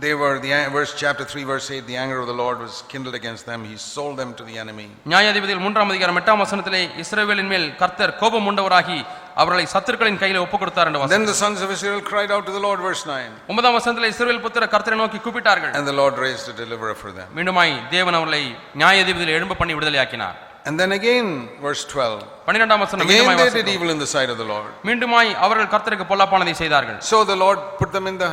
[SPEAKER 1] they were, the an- verse chapter 3, verse 8, the anger of the Lord was kindled against them. He sold them to the enemy.
[SPEAKER 2] நியாயாதிபதியில் மூன்றாம் அதிகாரம் எட்டாம் வசனத்திலே இஸ்ரவேலின் மேல் கர்த்தர் கோபம் உண்டவராகி அவர்களை சத்துருக்களின் கையில ஒப்பு கொடுத்தார் என்று
[SPEAKER 1] And
[SPEAKER 2] வாசிக்கிறோம்.
[SPEAKER 1] then the sons of Israel cried out to the Lord, verse 9.
[SPEAKER 2] ஒன்பதாம் வசனத்திலே இஸ்ரவேல் புத்திர கர்த்தரை நோக்கி கூப்பிட்டார்கள்
[SPEAKER 1] And the Lord raised a deliverer for them.
[SPEAKER 2] மீண்டுமாய் தேவன் அவர்களை நியாயாதிபதியில் எழும்ப பண்ணி விடுதலையாக்கினார்
[SPEAKER 1] And then again, verse 12.
[SPEAKER 2] பன்னிரெண்டாம் வசனம்
[SPEAKER 1] Again,
[SPEAKER 2] மீண்டுமாய்
[SPEAKER 1] they did
[SPEAKER 2] வாசிக்கிறோம்.
[SPEAKER 1] evil in the sight of the Lord.
[SPEAKER 2] மீண்டுமாய் அவர்கள் கர்த்தருக்கு பொல்லாப்பானதை செய்தார்கள்
[SPEAKER 1] So the Lord put them in the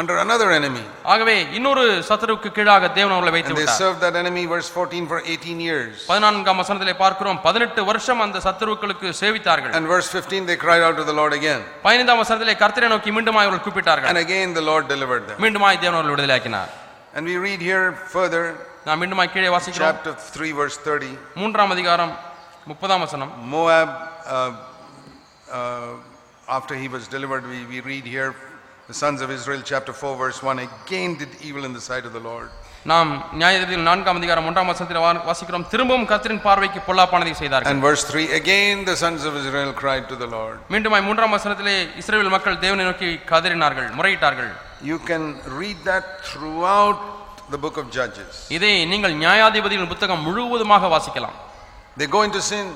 [SPEAKER 1] under another enemy,
[SPEAKER 2] ஆகவே இன்னொரு சத்துருவுக்கு கீழாக தேவன் அவர்களை வைத்து
[SPEAKER 1] and they
[SPEAKER 2] விட்டார்
[SPEAKER 1] served that enemy, verse 14, for 18 years.
[SPEAKER 2] பதினான்காம் வசனத்திலே பார்க்கிறோம் பதினெட்டு வருஷம் அந்த சத்துருக்களுக்கு சேவித்தார்கள்
[SPEAKER 1] And verse 15, they cried out to the Lord again,
[SPEAKER 2] பதினைந்தாம் வசனத்திலே கர்த்தரை நோக்கி மீண்டுமாய் அவர்கள் கூப்பிட்டார்கள்
[SPEAKER 1] and again the Lord delivered them.
[SPEAKER 2] மீண்டுமாய் தேவன் அவர்கள் விடுதலையாக்கினார்
[SPEAKER 1] And we read here further,
[SPEAKER 2] நான் மீண்டுமாய் கீழே வாசிக்கிறோம்
[SPEAKER 1] chapter 3, verse 30,
[SPEAKER 2] மூன்றாம் அதிகாரம் முப்பதாம் வசனம்
[SPEAKER 1] Moab. Uh, uh, after he was delivered, we, we read here, the sons of Israel, chapter 4, verse 1, again did evil in the sight of the Lord.
[SPEAKER 2] நாம் நியாயாதிபதியில் நான்காம் அதிகாரம் ஒன்றாம் வசனத்தில் வா- வாசிக்கிறோம் திரும்பவும் கர்த்தரின் பார்வைக்கு பொல்லாப்பானதை செய்தார்கள்
[SPEAKER 1] And verse 3, again the sons of Israel cried to the Lord.
[SPEAKER 2] மீண்டுமாய் மூன்றாம் வசனத்திலே இஸ்ரேல் மக்கள் தேவனை நோக்கி கதறினார்கள் முறையிட்டார்கள்
[SPEAKER 1] You can read that throughout the book of Judges.
[SPEAKER 2] இதை நீங்கள் நியாயாதிபதியின் புத்தகம் முழுவதுமாக வாசிக்கலாம்
[SPEAKER 1] They go into sin.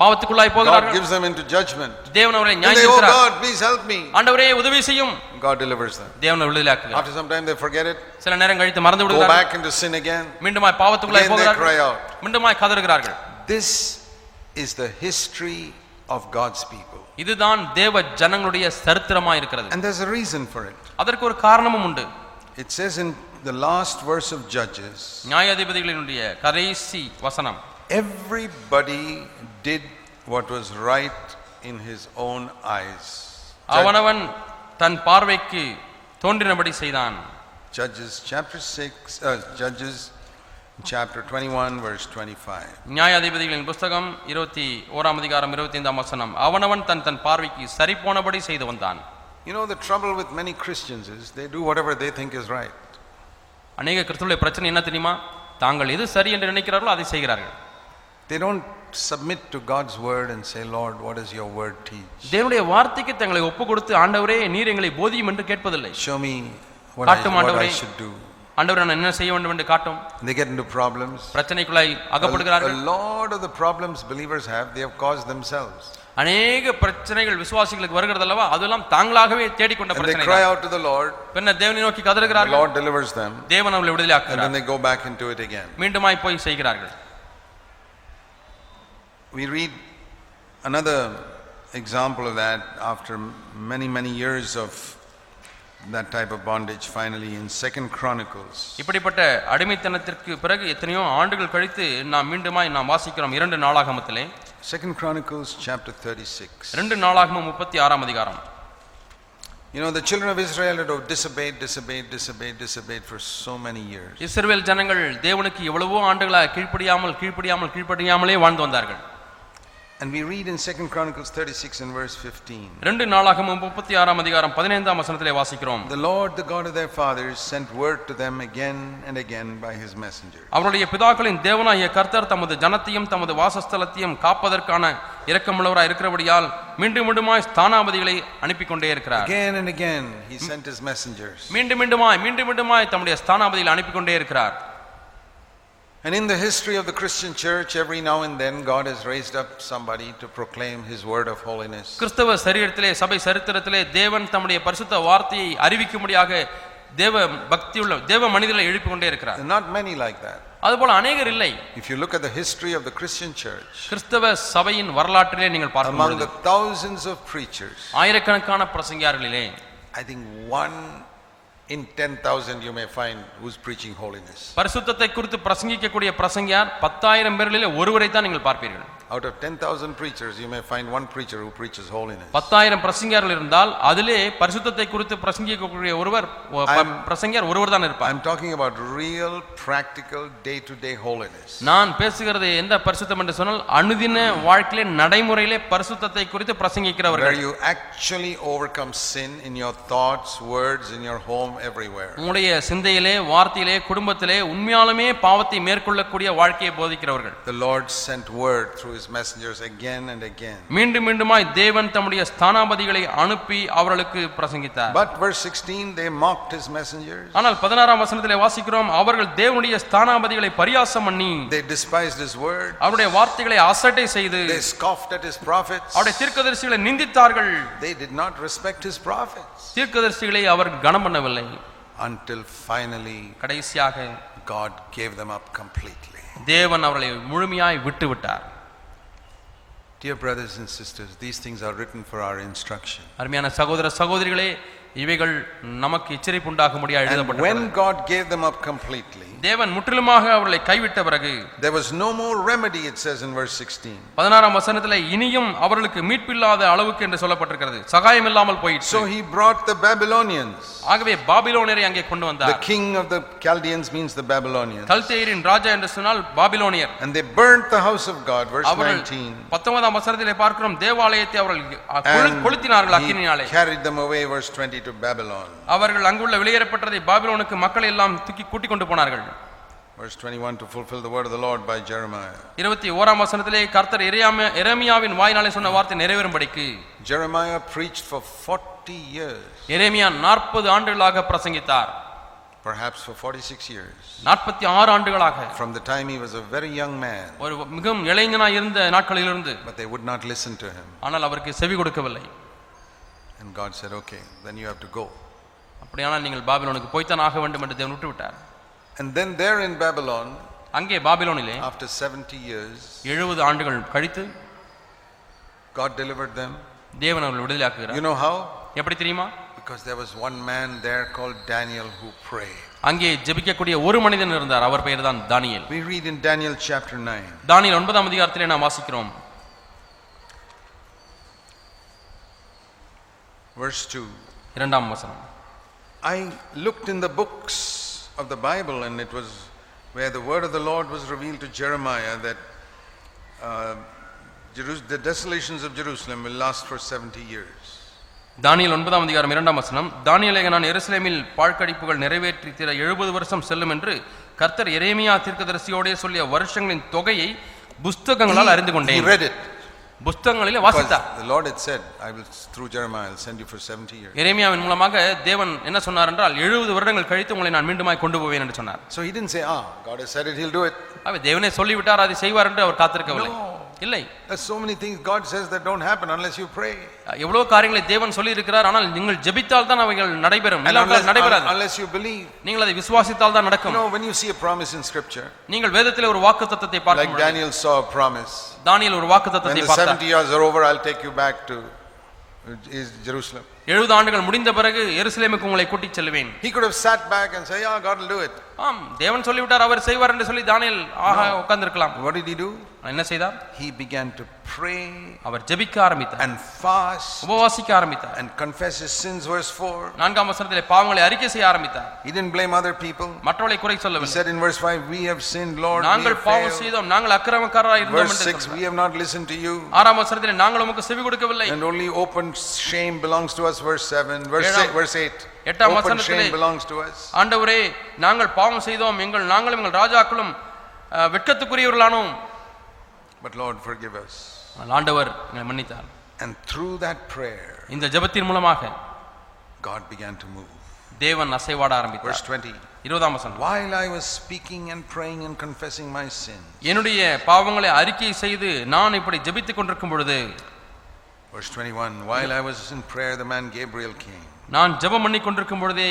[SPEAKER 2] பாவத்துக்குள்ளாய்
[SPEAKER 1] God
[SPEAKER 2] போகிறார்கள்
[SPEAKER 1] gives them into judgment.
[SPEAKER 2] தேவன் அவரை
[SPEAKER 1] And they, oh
[SPEAKER 2] நியாயம்
[SPEAKER 1] God, please help me.
[SPEAKER 2] ஆண்டவரே உதவி செய்யும்
[SPEAKER 1] God delivers them.
[SPEAKER 2] தேவனை விடுதலையாக்குகிறார்
[SPEAKER 1] After some time, they forget it,
[SPEAKER 2] சில நேரம் கழித்து மறந்து
[SPEAKER 1] go
[SPEAKER 2] விடுகிறார்கள்
[SPEAKER 1] back into sin again.
[SPEAKER 2] மீண்டுமாய் பாவத்துக்குள்ளாய்
[SPEAKER 1] Again they cry
[SPEAKER 2] போகிறார்கள்
[SPEAKER 1] out.
[SPEAKER 2] மீண்டுமாய் கதறுகிறார்கள்
[SPEAKER 1] This is the history of God's people.
[SPEAKER 2] இதுதான் தேவ ஜனங்களுடைய சரித்திரமாய் இருக்கிறது
[SPEAKER 1] And there's a reason for it.
[SPEAKER 2] அதற்கு ஒரு காரணமும் உண்டு
[SPEAKER 1] It says in the last verse of Judges
[SPEAKER 2] நியாயாதிபதிகளினுடைய கடைசி வசனம்
[SPEAKER 1] everybody did what was right in his own eyes. Jud-
[SPEAKER 2] அவனவன் தன் பார்வைக்கு தோன்றினபடி செய்தான்
[SPEAKER 1] Judges chapter 6, uh, Judges chapter 21, verse 25.
[SPEAKER 2] நியாயாதிபதிகளின் புஸ்தகம் இருபத்தி ஓராம் அதிகாரம் இருபத்தி ஐந்தாம் வசனம் அவனவன் தன் தன் பார்வைக்கு சரிபோனபடி செய்து வந்தான்
[SPEAKER 1] You know, the trouble with many Christians is they do whatever they think is right.
[SPEAKER 2] அநேக கிறிஸ்துவுடைய பிரச்சனை என்ன தெரியுமா தாங்கள் எது சரி என்று நினைக்கிறார்களோ அதை செய்கிறார்கள்
[SPEAKER 1] They don't submit to God's word and say, Lord, what does your word teach?
[SPEAKER 2] தேவனுடைய வார்த்தைக்கு தங்களை ஒப்பு கொடுத்து ஆண்டவரே நீர் எங்களை போதியும் என்று கேட்பதில்லை
[SPEAKER 1] Show me what I,
[SPEAKER 2] காட்டும்
[SPEAKER 1] what I
[SPEAKER 2] ஆண்டவரே.
[SPEAKER 1] should do.
[SPEAKER 2] ஆண்டவரே நான் என்ன செய்ய வேண்டும் என்று காட்டும்
[SPEAKER 1] And they get into problems.
[SPEAKER 2] பிரச்சனைக்குள்ளாய்
[SPEAKER 1] A, a
[SPEAKER 2] அகப்படுகிறார்கள்
[SPEAKER 1] lot of the problems believers have, they have caused themselves.
[SPEAKER 2] அநேக பிரச்சனைகள் விசுவாசிகளுக்கு வருகிறது அல்லவா அதெல்லாம் தாங்களாகவே தேடிக்கொண்ட
[SPEAKER 1] And they
[SPEAKER 2] பிரச்சனை
[SPEAKER 1] cry out to the Lord,
[SPEAKER 2] பின்ன தேவனை நோக்கி
[SPEAKER 1] the
[SPEAKER 2] கதறுகிறார்கள்
[SPEAKER 1] Lord delivers them,
[SPEAKER 2] தேவன்
[SPEAKER 1] and
[SPEAKER 2] அவர்களை
[SPEAKER 1] then
[SPEAKER 2] விடுதலையாக்குகிறார்
[SPEAKER 1] they go back into it again.
[SPEAKER 2] மீண்டுமாய் போய் செய்கிறார்கள்
[SPEAKER 1] We read another example of that after many, many years of that type of bondage, finally in Second Chronicles.
[SPEAKER 2] இப்படிப்பட்ட அடிமைத்தனத்திற்கு பிறகு எத்தனையோ ஆண்டுகள் கழித்து நாம் மீண்டுமாய் நாம் வாசிக்கிறோம் இரண்டு நாளாகமத்திலே
[SPEAKER 1] Second Chronicles chapter 36.
[SPEAKER 2] இரண்டு நாளாகமும் முப்பத்தி ஆறாம் அதிகாரம்
[SPEAKER 1] You know, the children of Israel had disobeyed, disobeyed, disobeyed, disobeyed for so many years.
[SPEAKER 2] இஸ்ரவேல் ஜனங்கள் தேவனுக்கு எவ்வளவோ ஆண்டுகளாக கீழ்ப்படியாமல் கீழ்ப்படியாமல் கீழ்ப்படியாமலே வாழ்ந்து வந்தார்கள்
[SPEAKER 1] And we read in 2 Chronicles 36 and verse 15
[SPEAKER 2] ரெண்டு நாளாகமும் முப்பத்தி ஆறாம் அதிகாரம் பதினைந்தாம் வசனத்திலே வாசிக்கிறோம்
[SPEAKER 1] The Lord, the God of their fathers, sent word to them again and again by his messenger.
[SPEAKER 2] அவருடைய பிதாக்களின் தேவனாகிய கர்த்தர் தமது ஜனத்தையும் தமது வாசஸ்தலத்தையும் காப்பதற்கான இரக்கமுள்ளவராய் இருக்கிறபடியால் மீண்டும் மீண்டுமாய் ஸ்தானாபதிகளை அனுப்பி கொண்டே இருக்கிறார்
[SPEAKER 1] Again and again, he sent his messengers.
[SPEAKER 2] மீண்டும் மீண்டுமாய் மீண்டும் மீண்டுமாய் தம்முடைய ஸ்தானாபதிகளை அனுப்பி கொண்டே இருக்கிறார்
[SPEAKER 1] And in the history of the Christian church, every now and then, God has raised up somebody to proclaim his word of holiness.
[SPEAKER 2] கிறிஸ்தவ சரீரத்திலே சபை சரித்திரத்திலே தேவன் தம்முடைய பரிசுத்த வார்த்தையை அறிவிக்கும்படியாக தேவ பக்தியுள்ள தேவ மனிதர்களை எழுப்பிக் கொண்டே இருக்கிறார்
[SPEAKER 1] There are not many like that.
[SPEAKER 2] அதுபோல அநேகர் இல்லை
[SPEAKER 1] If you look at the history of the Christian church,
[SPEAKER 2] கிறிஸ்தவ சபையின் வரலாற்றிலே நீங்கள் பார்க்கும்
[SPEAKER 1] among
[SPEAKER 2] பொழுது
[SPEAKER 1] the thousands of preachers,
[SPEAKER 2] ஆயிரக்கணக்கான பிரசங்கியார்களிலே
[SPEAKER 1] I think one in 10,000 you may find who's preaching holiness.
[SPEAKER 2] பரிசுத்தத்தை குறித்து பிரசங்கிக்கக்கூடிய பிரசங்கியார் பத்தாயிரம் பேர்களிலே ஒருவரை தான் நீங்கள் பார்ப்பீர்கள்
[SPEAKER 1] Out of 10,000 preachers, you may find one preacher who preaches holiness.
[SPEAKER 2] பத்தாயிரம் பிரசங்கியார்கள் இருந்தால் அதிலே பரிசுத்தத்தை குறித்து பிரசங்கிக்கக்கூடிய ஒருவர் ஒ- ப-
[SPEAKER 1] I'm-
[SPEAKER 2] பிரசங்கியார் ஒருவர் தான் இருப்பார்
[SPEAKER 1] I'm talking about real, practical, day to day holiness.
[SPEAKER 2] நான் பேசுகிறது எந்த பரிசுத்தம் என்று சொன்னால் அனுதின வாழ்க்கையிலே நடைமுறையிலே பரிசுத்தத்தை குறித்து
[SPEAKER 1] Where
[SPEAKER 2] பிரசங்கிக்கிறவர்கள்
[SPEAKER 1] you actually overcome sin in your thoughts, words, in your home, everywhere.
[SPEAKER 2] உங்களுடைய சிந்தையிலே வார்த்தையிலே குடும்பத்திலே உண்மையாலுமே பாவத்தை மேற்கொள்ளக்கூடிய வாழ்க்கையை போதிக்கிறவர்கள்
[SPEAKER 1] The Lord sent word through his messengers again and again.
[SPEAKER 2] மீண்டும் மீண்டுமாய் தேவன் தம்முடைய ஸ்தானாபதிகளை அனுப்பி அவர்களுக்கு பிரசங்கித்தார்
[SPEAKER 1] But verse 16, they mocked his messengers.
[SPEAKER 2] ஆனால் பதினாறாம் வசனத்திலே வாசிக்கிறோம் அவர்கள் தேவனுடைய ஸ்தானாபதிகளை பரியாசம் பண்ணி
[SPEAKER 1] They despised his word.
[SPEAKER 2] அவருடைய வார்த்தைகளை அசட்டை செய்து
[SPEAKER 1] They scoffed at his prophets.
[SPEAKER 2] அவருடைய தீர்க்கதரிசிகளை நிந்தித்தார்கள்
[SPEAKER 1] They did not respect his prophets
[SPEAKER 2] தீர்க்கதரிசிகளை அவர் கனம் பண்ணவில்லை
[SPEAKER 1] until finally
[SPEAKER 2] கடைசியாக
[SPEAKER 1] God gave them up completely.
[SPEAKER 2] தேவன் அவர்களை முழுமையாய் விட்டு விட்டார்
[SPEAKER 1] Dear brothers and sisters, these things are written for our instruction.
[SPEAKER 2] அருமையான சகோதர சகோதரிகளே இவைகள் நமக்கு எச்சரிப்பு உண்டாகும்படியாக
[SPEAKER 1] And
[SPEAKER 2] எழுதப்பட்டது
[SPEAKER 1] when God gave them up completely,
[SPEAKER 2] தேவன் முற்றிலுமாக அவர்களை கைவிட்ட பிறகு
[SPEAKER 1] there was no more remedy, it says in verse 16.
[SPEAKER 2] பதினாறாம் வசனத்திலே இனியும் அவர்களுக்கு மீட்பில்லாத அளவுக்கு என்று சொல்லப்பட்டிருக்கிறது சகாயம் இல்லாமல் போயிடுச்சு
[SPEAKER 1] So he brought the Babylonians.
[SPEAKER 2] ஆகவே பாபிலோனியரை அங்கே கொண்டு
[SPEAKER 1] The
[SPEAKER 2] வந்தார்
[SPEAKER 1] king of the Chaldeans means the Babylonians.
[SPEAKER 2] கல்தேயரின் ராஜா என்று சொன்னால் பாபிலோனியர்
[SPEAKER 1] And they burnt the house of God, verse
[SPEAKER 2] அவர்கள்
[SPEAKER 1] 19.
[SPEAKER 2] பத்தொன்பதாம் வசனத்திலே பார்க்கிறோம் தேவாலயத்தை அவர்கள் அ- கொழு-
[SPEAKER 1] And
[SPEAKER 2] கொளுத்தினார்கள்
[SPEAKER 1] he
[SPEAKER 2] அக்கினியாலே
[SPEAKER 1] carried them away, verse 20, to Babylon.
[SPEAKER 2] அவர்கள் அங்குள்ள வெளியேறப்பட்டதை பாபிலோனுக்கு மக்கள் எல்லாம் தூக்கி கூட்டிக் கொண்டு போனார்கள்
[SPEAKER 1] Verse 21, to fulfill the word of the Lord by Jeremiah. இருபத்தி
[SPEAKER 2] இருபத்தி ஓராம் வசனத்திலே கர்த்தர் எரேமியா- எரேமியாவின் வாயினாலே சொன்ன வார்த்தை நிறைவேறும்படிக்கு
[SPEAKER 1] Jeremiah preached for 40 years,
[SPEAKER 2] எரேமியா நாற்பது ஆண்டுகளாக பிரசங்கித்தார்
[SPEAKER 1] perhaps for 46 years,
[SPEAKER 2] நாற்பத்தி ஆறு ஆண்டுகளாக
[SPEAKER 1] from the time he was a very young man.
[SPEAKER 2] ஒரு மிகவும் இளைஞனாய் இருந்த நாட்களிலிருந்து
[SPEAKER 1] But they would not listen to him.
[SPEAKER 2] ஆனால் அவருக்கு செவி கொடுக்கவில்லை
[SPEAKER 1] And God said, okay, then you have to go.
[SPEAKER 2] அப்படியானால் நீங்கள் பாபிலோனுக்கு போய்த்தான் ஆக வேண்டும் என்று தேவன் விட்டுவிட்டார்
[SPEAKER 1] And then there in Babylon,
[SPEAKER 2] அங்கே பாபிலோனிலே
[SPEAKER 1] after 70 years,
[SPEAKER 2] எழுபது ஆண்டுகள் கழித்து
[SPEAKER 1] God delivered them.
[SPEAKER 2] தேவன் அவர்கள்
[SPEAKER 1] You
[SPEAKER 2] விடுதலையாக்குகிறார்
[SPEAKER 1] know how?
[SPEAKER 2] எப்படி தெரியுமா
[SPEAKER 1] Because there was one man there called Daniel who prayed.
[SPEAKER 2] அங்கே ஜெபிக்கக்கூடிய ஒரு மனிதன் இருந்தார் அவர் பெயர் தான் தானியேல்
[SPEAKER 1] We read in Daniel chapter 9.
[SPEAKER 2] தானியேல் ஒன்பதாம் அதிகாரத்திலே நாம் வாசிக்கிறோம்
[SPEAKER 1] Verse 2
[SPEAKER 2] இரண்டாம் வசனம்
[SPEAKER 1] I looked in the books of the Bible, and it was where the word of the Lord was revealed to Jeremiah that uh, Jerus- the desolations of Jerusalem will last for 70 years.
[SPEAKER 2] தானியேல் ஒன்பதாம் அதிகாரம் இரண்டாம் வசனம் தானியேலை நான் எருசலேமில் பாழ்கடிப்புகள் நிறைவேற்றி திர எழுபது வருஷம் செல்லும் என்று கர்த்தர் எரேமியா தீர்க்கதரிசியோடே சொல்லிய வருஷங்களின் தொகையை புஸ்தகங்களால் அறிந்து
[SPEAKER 1] He
[SPEAKER 2] கொண்டேன்
[SPEAKER 1] read it.
[SPEAKER 2] புஸ்தகங்களிலே
[SPEAKER 1] Because
[SPEAKER 2] வாசித்தார்
[SPEAKER 1] the Lord had said, I will, through Jeremiah, I'll send you for 70 years.
[SPEAKER 2] எரேமியாவின் மூலமாக தேவன் என்ன சொன்னார் என்றால் எழுபது வருடங்கள் கழித்து உங்களை நான் மீண்டுமாய் கொண்டு போவேன் என்று சொன்னார்
[SPEAKER 1] So he didn't say, ah, God has said it, he'll do it.
[SPEAKER 2] ஆகவே தேவனே சொல்லிவிட்டார் அதை செய்வார் என்று அவர் காத்திருக்கவில்லை
[SPEAKER 1] No.
[SPEAKER 2] இல்லை
[SPEAKER 1] There's so many things God says that don't happen unless you pray.
[SPEAKER 2] எவ்வளவு காரியங்களை தேவன் சொல்லி இருக்கிறார் ஆனால் நீங்கள் ஜெபித்தால் தான் அவைகள் நடைபெறும்
[SPEAKER 1] And
[SPEAKER 2] இல்லாவிட்டால்
[SPEAKER 1] unless, un-
[SPEAKER 2] நடைபெறாது
[SPEAKER 1] unless you believe.
[SPEAKER 2] நீங்கள் அதை விசுவாசித்தால் தான்
[SPEAKER 1] You
[SPEAKER 2] நடக்கும்
[SPEAKER 1] know, when you see a promise in scripture,
[SPEAKER 2] நீங்கள் வேதத்தில் ஒரு வாக்கு தத்தத்தை பார்க்க
[SPEAKER 1] like
[SPEAKER 2] முடியும்
[SPEAKER 1] Daniel saw a promise,
[SPEAKER 2] தானியேல் ஒரு வாக்கு
[SPEAKER 1] when
[SPEAKER 2] தத்தத்தை
[SPEAKER 1] the
[SPEAKER 2] பார்த்தார்
[SPEAKER 1] 70 years are over, I'll take you back to uh, is Jerusalem.
[SPEAKER 2] எழுபது ஆண்டுகள் முடிந்த பிறகு எருசலேமுக்கு உங்களை கூட்டிச் செல்வேன்
[SPEAKER 1] He could have sat back and said, yeah, God will do it.
[SPEAKER 2] ஆம் தேவன் சொல்லிவிட்டார் அவர் செய்வார் என்று சொல்லி தானியேல் ஆக உட்கார்ந்திருக்கலாம்
[SPEAKER 1] What did he do?
[SPEAKER 2] என்ன செய்தார்
[SPEAKER 1] He began to pray
[SPEAKER 2] அவர் ஜெபிக்க ஆரம்பித்தார்
[SPEAKER 1] and fast
[SPEAKER 2] உபவாசிக்க ஆரம்பித்தார்
[SPEAKER 1] and confess his sins, verse 4.
[SPEAKER 2] நான்காம் வசனத்திலே பாவங்களை அறிக்கை செய்ய ஆரம்பித்தார்
[SPEAKER 1] He didn't blame other people.
[SPEAKER 2] மற்றவளை குறை
[SPEAKER 1] He
[SPEAKER 2] சொல்லவில்லை
[SPEAKER 1] said in verse 5, We have sinned, Lord. We
[SPEAKER 2] நாங்கள்
[SPEAKER 1] have
[SPEAKER 2] பாவம்
[SPEAKER 1] failed.
[SPEAKER 2] செய்தோம் நாங்கள் அக்கிரமக்காரராக இருந்தோம்
[SPEAKER 1] Verse
[SPEAKER 2] என்று
[SPEAKER 1] 6,
[SPEAKER 2] சொன்னார்.
[SPEAKER 1] We have not listened to you.
[SPEAKER 2] ஆறாம் வசனத்திலே நாங்கள் உமக்கு செவி கொடுக்கவில்லை
[SPEAKER 1] And only open shame belongs to us, verse 7. Verse,
[SPEAKER 2] ஏழாம்-
[SPEAKER 1] eight, verse 8.
[SPEAKER 2] எட்டாம்
[SPEAKER 1] Open
[SPEAKER 2] வசனத்திலே-
[SPEAKER 1] shame belongs to us.
[SPEAKER 2] ஆண்டவரே நாங்கள் பாவம் செய்தோம் எங்கள் நாங்களும் எங்கள் ராஜாக்களும் அஹ், வெட்கத்துக்குரியவர்களானோம்
[SPEAKER 1] But Lord, forgive us.
[SPEAKER 2] ஆனால் ஆண்டவர் எங்களை மன்னித்தார்
[SPEAKER 1] And through that prayer,
[SPEAKER 2] இந்த ஜெபத்தின் மூலமாக
[SPEAKER 1] God began to move.
[SPEAKER 2] தேவன் அசைவாட
[SPEAKER 1] Verse
[SPEAKER 2] ஆரம்பித்தார்
[SPEAKER 1] 20.
[SPEAKER 2] இருபதாம் வசனம்
[SPEAKER 1] While I was speaking and praying and confessing my sin,
[SPEAKER 2] என்னுடைய பாவங்களை அறிக்கை செய்து நான் இப்படி ஜெபித்துக் கொண்டிருக்கும் பொழுது
[SPEAKER 1] verse 21, while I was in prayer, the man Gabriel came.
[SPEAKER 2] நான் ஜெபம் பண்ணி கொண்டிருக்கும் பொழுதே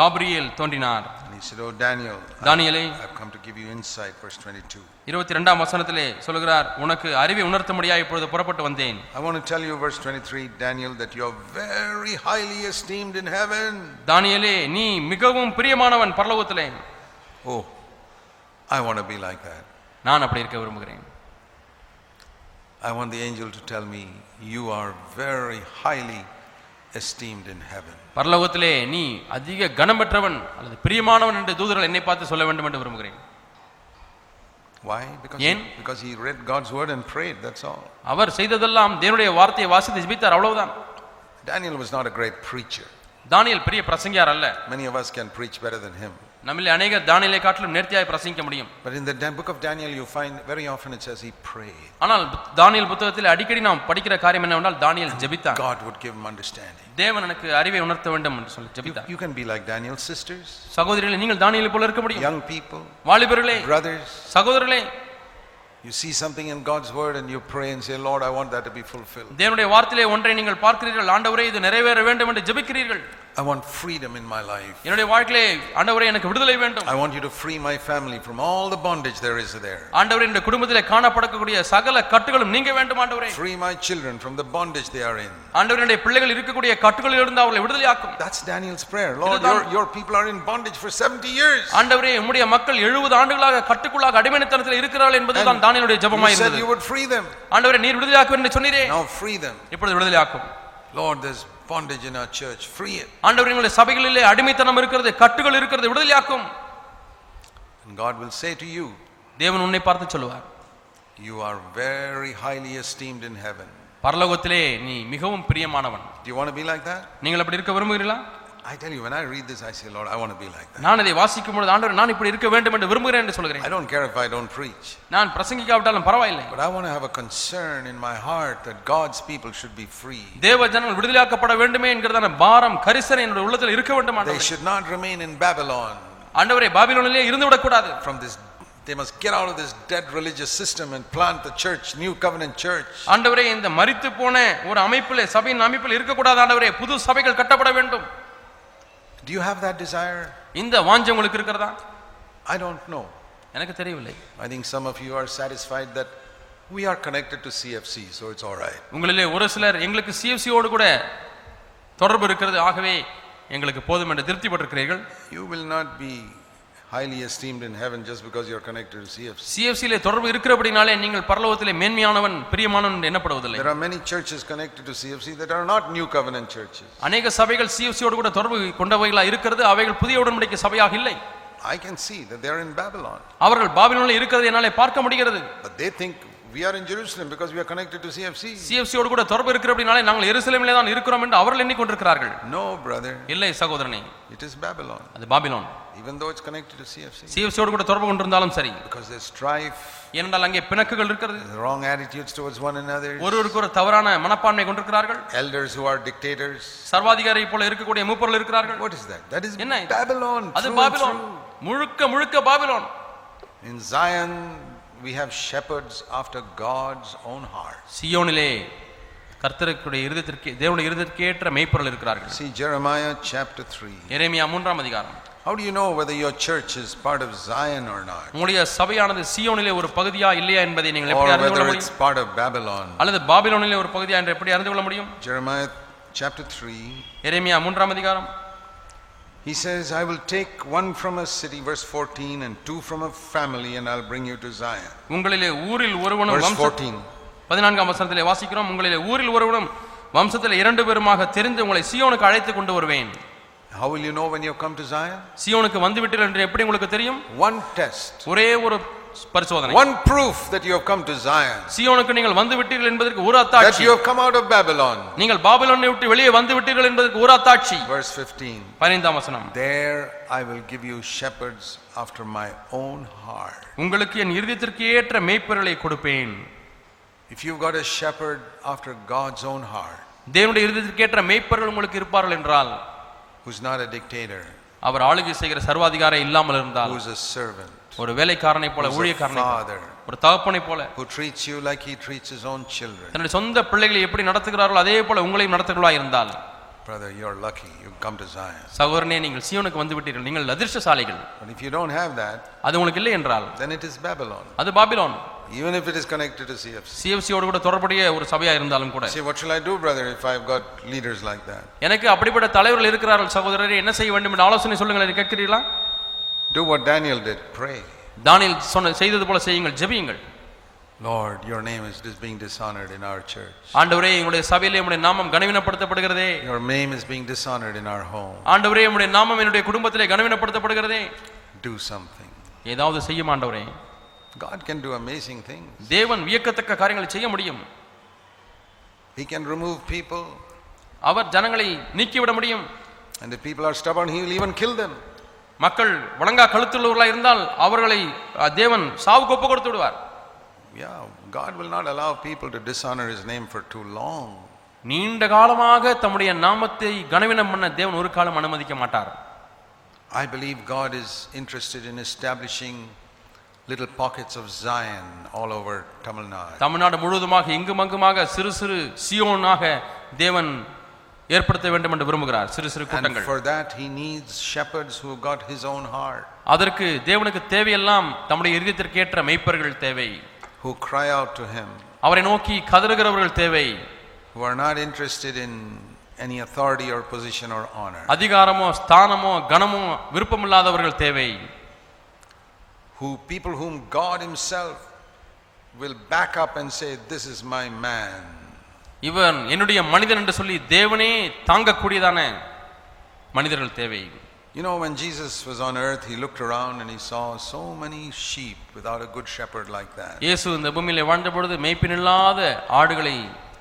[SPEAKER 2] காபிரியேல் தோன்றினார்
[SPEAKER 1] And he said, Oh, Daniel,
[SPEAKER 2] தானியேலே
[SPEAKER 1] I've come to give you insight, verse 22.
[SPEAKER 2] இருபத்தி ரெண்டாம் வசனத்திலே சொல்கிறார் உனக்கு அறிவை உணர்த்தும்படியா இப்பொழுது புறப்பட்டு வந்தேன்
[SPEAKER 1] I want to tell you, verse 23, Daniel, that you're very highly esteemed in heaven.
[SPEAKER 2] தானியேலே நீ மிகவும் பிரியமானவன் பரலோகத்திலே
[SPEAKER 1] Oh, I want to be like that.
[SPEAKER 2] நான் அப்படி இருக்க விரும்புகிறேன்
[SPEAKER 1] I want the angel to tell me, You are very highly esteemed in heaven.
[SPEAKER 2] பரலோகத்திலே நீ அதிக கனம் பெற்றவன் அல்லது பிரியமானவன் என்று தூதர்கள் என்னை பார்த்து சொல்ல வேண்டும் என்று விரும்புகிறேன்
[SPEAKER 1] Why? Because, he,
[SPEAKER 2] Yen?
[SPEAKER 1] because he read God's word and prayed, that's all.
[SPEAKER 2] அவர் செய்ததெல்லாம் தேவனுடைய வார்த்தையை வாசித்து ஜெபித்தார் அவ்வளவுதான்
[SPEAKER 1] Daniel was not a great preacher.
[SPEAKER 2] தானியேல் பெரிய பிரசங்கியார் அல்ல
[SPEAKER 1] Many of us can preach better than him.
[SPEAKER 2] நம்மில் அநேகர் தானியலை காட்டிலும் நேர்த்தியாய் பிரசங்கிக்க முடியும்
[SPEAKER 1] But in the Dan- book of Daniel, you find very often it says he prayed.
[SPEAKER 2] ஆனால் புத்- தானியேல் புத்தகத்தில் அடிக்கடி நாம் படிக்கிற காரியம் என்னவென்றால் தானியேல் ஜெபித்தான்
[SPEAKER 1] God would give him understanding.
[SPEAKER 2] தேவன் எனக்கு அறிவை உணர்த்த வேண்டும் என்று சொல்லி
[SPEAKER 1] You,
[SPEAKER 2] ஜெபித்தான்
[SPEAKER 1] you can be like Daniel's sisters,
[SPEAKER 2] சகோதரிகளே நீங்கள் தானியேலை போல இருக்க முடியும்
[SPEAKER 1] young people,
[SPEAKER 2] வாலிபர்களே
[SPEAKER 1] brothers.
[SPEAKER 2] சகோதரர்களே
[SPEAKER 1] You see something in God's word and you pray and say, Lord, I want that to be fulfilled.
[SPEAKER 2] தேவனுடைய வார்த்தையிலே ஒன்றை நீங்கள் பார்க்கிறீர்கள் ஆண்டவரே இது நிறைவேற வேண்டும் என்று ஜெபிக்கிறீர்கள்
[SPEAKER 1] I want freedom in my life.
[SPEAKER 2] என்னுடைய வாழ்க்கையிலே ஆண்டவரே எனக்கு விடுதலை வேண்டும்
[SPEAKER 1] I want you to free my family from all the bondage there is there.
[SPEAKER 2] ஆண்டவரே இந்த குடும்பத்திலே காணப்படக்கூடிய சகல கட்டுகளும் நீங்க வேண்டும் ஆண்டவரே
[SPEAKER 1] Free my children from the bondage they are in.
[SPEAKER 2] ஆண்டவருடைய பிள்ளைகள் இருக்கக்கூடிய கட்டுகளிலிருந்து அவர்களை விடுதலையாக்கும்
[SPEAKER 1] That's Daniel's prayer. Lord, your, your people are in bondage for 70 years.
[SPEAKER 2] ஆண்டவரே உம்முடைய மக்கள் எழுபது ஆண்டுகளாக கட்டுக்குள்ளாக அடிமைத்தனத்தில் இருக்கிறார்கள் என்பதுதான் தானியனுடைய
[SPEAKER 1] You
[SPEAKER 2] ஜெபமாய்
[SPEAKER 1] said
[SPEAKER 2] இருந்தது
[SPEAKER 1] you would free them.
[SPEAKER 2] ஆண்டவரே நீர் விடுதலையாக்கும் என்று சொன்னீரே
[SPEAKER 1] Now free them.
[SPEAKER 2] இப்பொழுது விடுதலையாக்கும்
[SPEAKER 1] Lord, there's bondage in our church. Free it.
[SPEAKER 2] ஆண்டவர் எங்களுடைய சபைகளிலே அடிமைத்தனம் இருக்கிறது கட்டுகள் இருக்கிறது விடுதலையாக்கும்
[SPEAKER 1] And God will say to you,
[SPEAKER 2] தேவன் உன்னை பார்த்து சொல்லுவார்
[SPEAKER 1] You are very highly esteemed in heaven.
[SPEAKER 2] பரலோகத்திலே நீ மிகவும் பிரியமானவன்
[SPEAKER 1] Do you want to be like that?
[SPEAKER 2] நீங்கள் அப்படி இருக்க விரும்புகிறீர்களா
[SPEAKER 1] I tell you, when I read this, I say, Lord, I want to be like that.
[SPEAKER 2] நான் இதை வாசிக்கும் பொழுது ஆண்டவர் நான் இப்படி இருக்க வேண்டும் என்று விரும்புகிறேன் என்று சொல்கிறேன்
[SPEAKER 1] I don't care if I don't preach,
[SPEAKER 2] நான் பிரசங்கிக்காவிட்டாலும் பரவாயில்லை
[SPEAKER 1] but I want to have a concern in my heart that God's people should be free.
[SPEAKER 2] தேவ ஜனங்கள் விடுதலையாக்கப்பட வேண்டுமே என்கிறதான பாரம் கரிசனை என்னுடைய உள்ளத்தில் இருக்க வேண்டும்
[SPEAKER 1] They
[SPEAKER 2] ஆண்டவரே.
[SPEAKER 1] should not remain in Babylon.
[SPEAKER 2] ஆண்டவரே பாபிலோனிலே இருந்து விடக்கூடாது
[SPEAKER 1] From this, they must get out of this dead religious system and plant the church, New Covenant Church.
[SPEAKER 2] ஆண்டவரே இந்த மரித்து போன ஒரு அமைப்பிலே சபையின் அமைப்பில் இருக்கக்கூடாது ஆண்டவரே புது சபைகள் கட்டப்பட வேண்டும்
[SPEAKER 1] Do you have that desire?
[SPEAKER 2] இந்த வாஞ்சம் உங்களுக்கு இருக்கிறதா
[SPEAKER 1] I don't know.
[SPEAKER 2] எனக்கு தெரியவில்லை
[SPEAKER 1] I think some of you are satisfied that we are connected to CFC, so it's all right.
[SPEAKER 2] உங்களிலே ஒரு சிலர் எங்களுக்கு சிஎஃப்சியோடு கூட தொடர்பு இருக்கிறது ஆகவே எங்களுக்கு போதும் என்று திருப்திப்பட்டிருக்கிறீர்கள்
[SPEAKER 1] You will not be highly esteemed in heaven just because you're connected to CFC.
[SPEAKER 2] சிஎஃப்சியிலே தொடர்பு இருக்கிறபடினாலே நீங்கள் பரலோகத்திலே மேன்மையானவன் பிரியமானவன் என்று எண்ணப்படுவதில்லை
[SPEAKER 1] There are many churches connected to CFC that are not new covenant churches.
[SPEAKER 2] அநேக சபைகள் சிஎஃப்சியோடு கூட தொடர்பு கொண்டவைகளா இருக்கிறது அவைகள் புதிய உடன்படிக்கை சபையாக இல்லை
[SPEAKER 1] I can see that they are in Babylon,
[SPEAKER 2] அவர்கள் பாபிலோனில் இருக்கிறது என்னாலே பார்க்க முடிகிறது
[SPEAKER 1] but they think we are in Jerusalem because we are connected to CFC.
[SPEAKER 2] சிஎஃப்சியோடு கூட தொடர்பு இருக்கிறபடினாலே நாங்கள் எருசலேமிலே தான் இருக்கிறோம் என்று அவர்கள் எண்ணிக்கொண்டிருக்கிறார்கள்
[SPEAKER 1] No, brother,
[SPEAKER 2] இல்லை சகோதரனே
[SPEAKER 1] it is Babylon,
[SPEAKER 2] அது Babylon
[SPEAKER 1] even though it's connected to CFC.
[SPEAKER 2] சிஎஃப்சியோடு கூட தொடர்பு கொண்டிருந்தாலும் சரி
[SPEAKER 1] Because there's strife,
[SPEAKER 2] ஏனென்றால் அங்கே பிணக்குகள் இருக்கிறது
[SPEAKER 1] the wrong attitudes towards one another,
[SPEAKER 2] ஒருவருக்கு ஒரு தவறான மனப்பான்மை கொண்டிருக்கிறார்கள்
[SPEAKER 1] elders who are dictators.
[SPEAKER 2] சர்வாதிகாரி போல இருக்கக்கூடிய மூப்பர்கள் இருக்கிறார்கள்
[SPEAKER 1] What is that? That is
[SPEAKER 2] என்ன இது?
[SPEAKER 1] Babylon.
[SPEAKER 2] அது
[SPEAKER 1] through and
[SPEAKER 2] பாபிலோன் முழுக்க முழுக்க Babylon
[SPEAKER 1] through. In Zion, we have shepherds after God's own heart.
[SPEAKER 2] சியோனிலே கர்த்தருக்குடைய இருதயத்திற்கு தேவனுடைய இருதயத்திற்கேற்ற மேய்ப்பர்கள் இருக்கிறார்கள்
[SPEAKER 1] See Jeremiah chapter 3.
[SPEAKER 2] எரேமியா மூன்றாம் அதிகாரம்
[SPEAKER 1] How do you know whether your church is part of Zion or not?
[SPEAKER 2] உங்களுடைய சபையானது சியோனிலே ஒரு பகுதியா இல்லையா என்பதை நீங்கள்
[SPEAKER 1] Or
[SPEAKER 2] எப்படி அறிந்து கொள்ள
[SPEAKER 1] whether it's
[SPEAKER 2] முடியும்
[SPEAKER 1] part of Babylon?
[SPEAKER 2] அல்லது பாபிலோனிலே ஒரு பகுதியா என்று எப்படி அறிந்து கொள்ள முடியும்
[SPEAKER 1] Jeremiah chapter 3.
[SPEAKER 2] எரேமியா மூன்றாம் அதிகாரம்
[SPEAKER 1] He says, I will take one from a city, verse 14, and two from a family, and I'll bring you to Zion.
[SPEAKER 2] உங்களிலே ஊரில் ஒருவனும்
[SPEAKER 1] Verse
[SPEAKER 2] வம்ச
[SPEAKER 1] 14.
[SPEAKER 2] பதினான்காம் வசனத்திலே வாசிக்கிறோம் உங்களிலே ஊரில் ஒருவனும் வம்சத்தில் இரண்டு பேருமாக தெரிந்து உங்களை சியோனுக்கு அழைத்து கொண்டு வருவேன்
[SPEAKER 1] How will you know when you have come to Zion?
[SPEAKER 2] சியோனுக்கு வந்துவிட்டீர்கள் என்று எப்படி உங்களுக்கு தெரியும்
[SPEAKER 1] One test,
[SPEAKER 2] ஒரே ஒரு பரிசோதனை
[SPEAKER 1] one proof that you have come to Zion,
[SPEAKER 2] சியோனுக்கு நீங்கள் வந்து விட்டீர்கள் என்பதற்கு ஒரு
[SPEAKER 1] that
[SPEAKER 2] அத்தாட்சி
[SPEAKER 1] you have come out of Babylon.
[SPEAKER 2] நீங்கள் பாபிலோனை விட்டு வெளியே வந்து விட்டீர்கள் என்பதற்கு ஒரு அத்தாட்சி
[SPEAKER 1] Verse 15
[SPEAKER 2] பதினைந்தாம் வசனம்
[SPEAKER 1] There I will give you shepherds after my own heart.
[SPEAKER 2] உங்களுக்கு என் இருதயத்திற்கு ஏற்ற மேய்ப்பர்களை கொடுப்பேன்
[SPEAKER 1] If you've got a shepherd after God's own heart,
[SPEAKER 2] தேவனுடைய இருதயத்திற்கு ஏற்ற மேய்ப்பர்கள் உங்களுக்கு இருப்பார்கள் என்றால்
[SPEAKER 1] who's not a dictator,
[SPEAKER 2] அவர் ஆளுகை செய்கிற சர்வாதிகாரம் இல்லாமல் இருந்தால்
[SPEAKER 1] who's a servant,
[SPEAKER 2] ஒரு வேலைக்காரனை போல
[SPEAKER 1] who's a
[SPEAKER 2] ஊழியக்காரனை போல,
[SPEAKER 1] father,
[SPEAKER 2] ஒரு தகப்பனை போல
[SPEAKER 1] who treats you like he treats his own children.
[SPEAKER 2] தன்னுடைய சொந்த பிள்ளைகளை எப்படி நடத்துகிறார்களோ அதே போல உங்களையும் நடத்துகிறவா இருந்தால்
[SPEAKER 1] Brother, you're lucky. You've come to Zion.
[SPEAKER 2] சகோதரனே நீங்கள் சியோனுக்கு வந்து விட்டீர்கள் நீங்கள் அதிர்ஷ்டசாலிகள்
[SPEAKER 1] But if you don't have that,
[SPEAKER 2] அது உங்களுக்கு இல்லை என்றால்
[SPEAKER 1] then it is Babylon,
[SPEAKER 2] அது Babylon
[SPEAKER 1] even if it is connected to CFC.
[SPEAKER 2] சிஎஃப்சியோடு கூட தொடர்புடைய ஒரு சபையா இருந்தாலும் கூட
[SPEAKER 1] Say, what shall I do, brother, if I've got leaders like that?
[SPEAKER 2] எனக்கு அப்படிப்பட்ட தலைவர்கள் இருக்கிறார்கள் சகோதரரே என்ன செய்ய வேண்டும் என்று ஆலோசனை சொல்லுங்கள் என்று கேட்கிறீர்களா
[SPEAKER 1] Do what Daniel did pray.
[SPEAKER 2] தானியேல் சொன்ன செய்தது போல செய்யுங்கள் ஜெபியுங்கள்
[SPEAKER 1] Lord, your name is dis- being dishonored in our church.
[SPEAKER 2] ஆண்டவரே எங்களுடைய சபையிலே உங்களுடைய நாமம் கனவீனப்படுத்தப்படுகிறதே
[SPEAKER 1] Your name is being dishonored in our home.
[SPEAKER 2] ஆண்டவரே உங்களுடைய நாமம் என்னுடைய குடும்பத்திலே கனவீனப்படுத்தப்படுகிறதே
[SPEAKER 1] Do something.
[SPEAKER 2] ஏதாவது செய்யும் ஆண்டவரே
[SPEAKER 1] God can do amazing things.
[SPEAKER 2] தேவன் வியக்கத்தக்க காரியங்களை செய்ய முடியும்
[SPEAKER 1] He can remove people,
[SPEAKER 2] அவர் ஜனங்களை நீக்கிவிட முடியும்
[SPEAKER 1] and if people are stubborn, He will even kill them.
[SPEAKER 2] மக்கள் வழங்கா கழுத்துள்ளவர்களாக இருந்தால் அவர்களை அஹ், தேவன் சாவுக்கு ஒப்பு கொடுத்து விடுவார்
[SPEAKER 1] Yeah, God will not allow people to dishonor His name for too long.
[SPEAKER 2] நீண்ட காலமாக தம்முடைய நாமத்தை கனவீனம் பண்ண தேவன் ஒரு காலம் அனுமதிக்க மாட்டார்
[SPEAKER 1] I believe God is interested in establishing little pockets of Zion all over Tamil Nadu.
[SPEAKER 2] Tamil Nadu முழுவதுமாக இங்கும் அங்குமாக சிறு சிறு சியோனாக தேவன் ஏற்படுத்த வேண்டும் என்று விரும்புகிறார் சிறு சிறு
[SPEAKER 1] And
[SPEAKER 2] கூட்டங்கள்
[SPEAKER 1] for that, He needs shepherds who have got His own heart,
[SPEAKER 2] அதற்கு தேவனுக்கு தேவையெல்லாம் தம்முடைய இருதயத்திற்கு ஏற்ற மெய்ப்பர்கள் தேவை
[SPEAKER 1] who cry out to Him,
[SPEAKER 2] அவரை நோக்கி கதறுகிறவர்கள் தேவை
[SPEAKER 1] who are not interested in any authority or position or honor,
[SPEAKER 2] அதிகாரமோ ஸ்தானமோ கனமோ விருப்பமில்லாதவர்கள் தேவை
[SPEAKER 1] who people whom God Himself will back up and say, This is my man.
[SPEAKER 2] இவன் என்னுடைய மனிதன் என்று சொல்லி தேவனே தாங்கக்கூடியதான மனிதர்கள் தேவை
[SPEAKER 1] You know, when Jesus was on earth, He looked around and He saw so many sheep without a good shepherd like that.
[SPEAKER 2] இயேசு இந்த பூமியிலே வாழ்ந்த பொழுது மேய்ப்பின் இல்லாத ஆடுகளை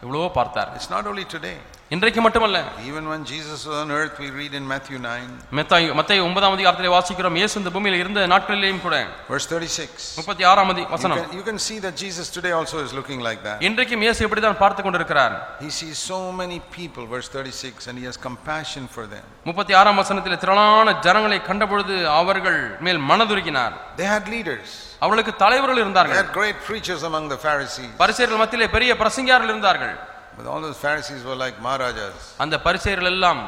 [SPEAKER 2] எவ்வளவோ பார்த்தார்
[SPEAKER 1] It's not only today.
[SPEAKER 2] இன்றைக்கு மட்டுமல்ல
[SPEAKER 1] Even when Jesus was on earth, we read in Matthew 9,
[SPEAKER 2] Mathai மத்திய ஒன்பதாம் அதிகாரத்திலே வாசிக்கிறோம் இயேசு இந்த பூமியில் இருந்த நாட்களிலேயும் கூட
[SPEAKER 1] verse 36.
[SPEAKER 2] முப்பத்தி ஆறாம் அதி
[SPEAKER 1] You
[SPEAKER 2] வசனம்
[SPEAKER 1] can, you can see that Jesus today also is looking like that.
[SPEAKER 2] இன்றைக்கும் இயேசு இப்படிதான் பார்த்து கொண்டிருக்கிறார்
[SPEAKER 1] He sees so many people, verse 36, and he has compassion for them.
[SPEAKER 2] முப்பத்தி ஆறாம் வசனத்திலே திரளான ஜனங்களை கண்டபொழுது அவர்கள் மேல் மனதுருகினார்
[SPEAKER 1] They had leaders,
[SPEAKER 2] அவர்களுக்கு தலைவர்கள்
[SPEAKER 1] they
[SPEAKER 2] இருந்தார்கள்
[SPEAKER 1] had great preachers among the Pharisees.
[SPEAKER 2] பரிசேயர்கள் மத்தியிலே பெரிய பிரசங்கியார்கள் இருந்தார்கள்
[SPEAKER 1] But all those Pharisees were like Maharajas.
[SPEAKER 2] அந்த பரிசேயர்கள் எல்லாம்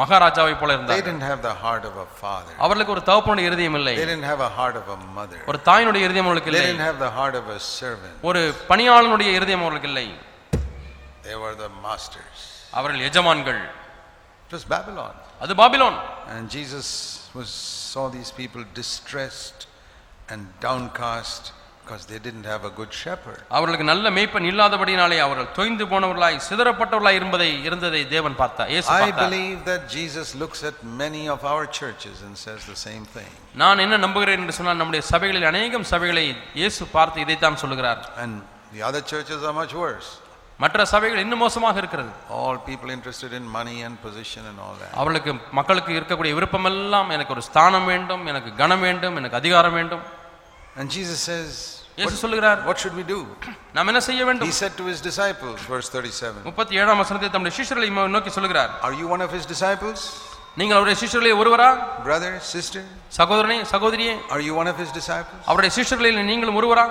[SPEAKER 2] மகாராஜாவை போல
[SPEAKER 1] They
[SPEAKER 2] இருந்தார்கள்
[SPEAKER 1] didn't have the heart of a father,
[SPEAKER 2] அவர்களுக்கு ஒரு தகப்பனுடைய இருதயம் இல்லை
[SPEAKER 1] they didn't have a heart of a mother,
[SPEAKER 2] ஒரு தாயினுடைய இருதயம் அவர்களுக்கு
[SPEAKER 1] they
[SPEAKER 2] இல்லை
[SPEAKER 1] didn't have the heart of a servant.
[SPEAKER 2] ஒரு பணியாளனுடைய இருதயம் அவர்களுக்கு இல்லை
[SPEAKER 1] They were the masters.
[SPEAKER 2] அவர்கள் எஜமான்கள்
[SPEAKER 1] It was Babylon.
[SPEAKER 2] அது Babylon
[SPEAKER 1] And Jesus was, saw these people distressed and downcast because they didn't have a good shepherd.
[SPEAKER 2] அவர்களுக்கு நல்ல மேய்ப்பன் இல்லாதபடினாலே அவர்கள் தொய்ந்து போனவர்களாய் சிதறப்பட்டவர்களாய் இருந்ததை இருந்ததை தேவன் பார்த்தார் இயேசு
[SPEAKER 1] I
[SPEAKER 2] பார்த்தார்
[SPEAKER 1] believe that Jesus looks at many of our churches and says the same thing.
[SPEAKER 2] நான் என்ன நம்புகிறேன் என்று சொன்னால் நம்முடைய சபைகளில் அநேகம் சபைகளை இயேசு பார்த்து இதைத்தான் சொல்லுகிறார்
[SPEAKER 1] And the other churches are much worse.
[SPEAKER 2] மற்ற சபைகள் இன்னும் மோசமாக இருக்கிறது
[SPEAKER 1] All people interested in money and position and all that.
[SPEAKER 2] அவர்களுக்கு மக்களுக்கு இருக்கக்கூடிய விருப்பமெல்லாம் எனக்கு ஒரு ஸ்தானம் வேண்டும் எனக்கு கனம் வேண்டும் எனக்கு அதிகாரம் வேண்டும்
[SPEAKER 1] And Jesus says,
[SPEAKER 2] இயேசு சொல்லுகிறார்
[SPEAKER 1] What should we do?
[SPEAKER 2] நாம் என்ன செய்ய
[SPEAKER 1] He
[SPEAKER 2] வேண்டும்
[SPEAKER 1] said to his disciples, verse 37,
[SPEAKER 2] முப்பத்தி ஏழாம் வசனத்தை தம்முடைய சிஷ்யர்களை மோ- நோக்கி சொல்லுகிறார்
[SPEAKER 1] Are you one of his disciples?
[SPEAKER 2] நீங்கள் அவருடைய சிஷ்யர்களில் ஒருவரா
[SPEAKER 1] Brother, sister,
[SPEAKER 2] சகோதரனே சகோதரியே
[SPEAKER 1] are you one of his disciples?
[SPEAKER 2] அவருடைய சிஷ்யர்களில் நீங்களும் ஒருவரா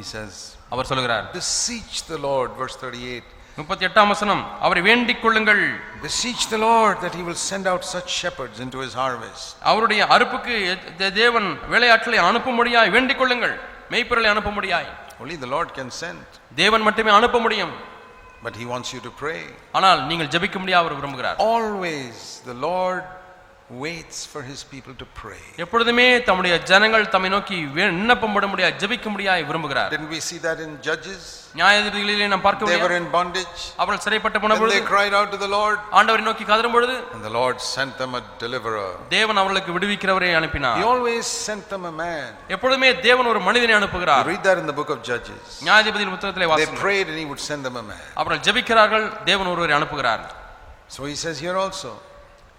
[SPEAKER 1] He says,
[SPEAKER 2] அவர் சொல்லுகிறார்
[SPEAKER 1] Beseech the Lord, verse 38.
[SPEAKER 2] முப்பத்தி எட்டாம் வசனம் அவரை வேண்டிக் கொள்ளுங்கள்
[SPEAKER 1] Beseech the Lord that he will send out such shepherds into his harvest.
[SPEAKER 2] அவருடைய அறுப்புக்கு எ- தே- தேவன் வேலையாட்களை அனுப்பும்படியாய் வேண்டிக் கொள்ளுங்கள் மேய்ப்பர்களை அனுப்பும்படியாய்
[SPEAKER 1] Only the Lord can send,
[SPEAKER 2] தேவன் மட்டுமே அனுப்ப முடியும்
[SPEAKER 1] but he wants you to pray.
[SPEAKER 2] ஆனால் நீங்கள் ஜெபிக்கும்படியா அவர் விரும்புகிறார்
[SPEAKER 1] Always the Lord waits for his people to pray.
[SPEAKER 2] எப்பொழுதுமே தம்முடைய ஜனங்கள் தம்மை நோக்கி விண்ணப்பம் பட முடியா ஜபிக்க முடியாய் விரும்புகிறார்
[SPEAKER 1] Didn't we see that in Judges?
[SPEAKER 2] நியாயாதிபதிகளிலே நாம் பார்க்க
[SPEAKER 1] They were
[SPEAKER 2] முடியும்
[SPEAKER 1] in bondage.
[SPEAKER 2] அவர்கள் சிறைப்பட்டு போன
[SPEAKER 1] Then
[SPEAKER 2] பொழுது
[SPEAKER 1] they cried out to the Lord,
[SPEAKER 2] ஆண்டவரை நோக்கி கதறும் பொழுது
[SPEAKER 1] and the Lord sent them a deliverer.
[SPEAKER 2] தேவன் அவர்களுக்கு விடுவிக்கிறவரை
[SPEAKER 1] He
[SPEAKER 2] அனுப்பினார்
[SPEAKER 1] always sent them a man.
[SPEAKER 2] எப்பொழுதுமே தேவன் ஒரு மனிதனை அனுப்புகிறார்
[SPEAKER 1] You read that in the book of Judges.
[SPEAKER 2] நியாயாதிபதியின் புத்தகத்திலே
[SPEAKER 1] They
[SPEAKER 2] வாசிக்கிறோம்
[SPEAKER 1] prayed and he would send them a man.
[SPEAKER 2] அவர்கள் ஜெபிக்கிறார்கள் தேவன் ஒருவரை அனுப்புகிறார்
[SPEAKER 1] So he says here also,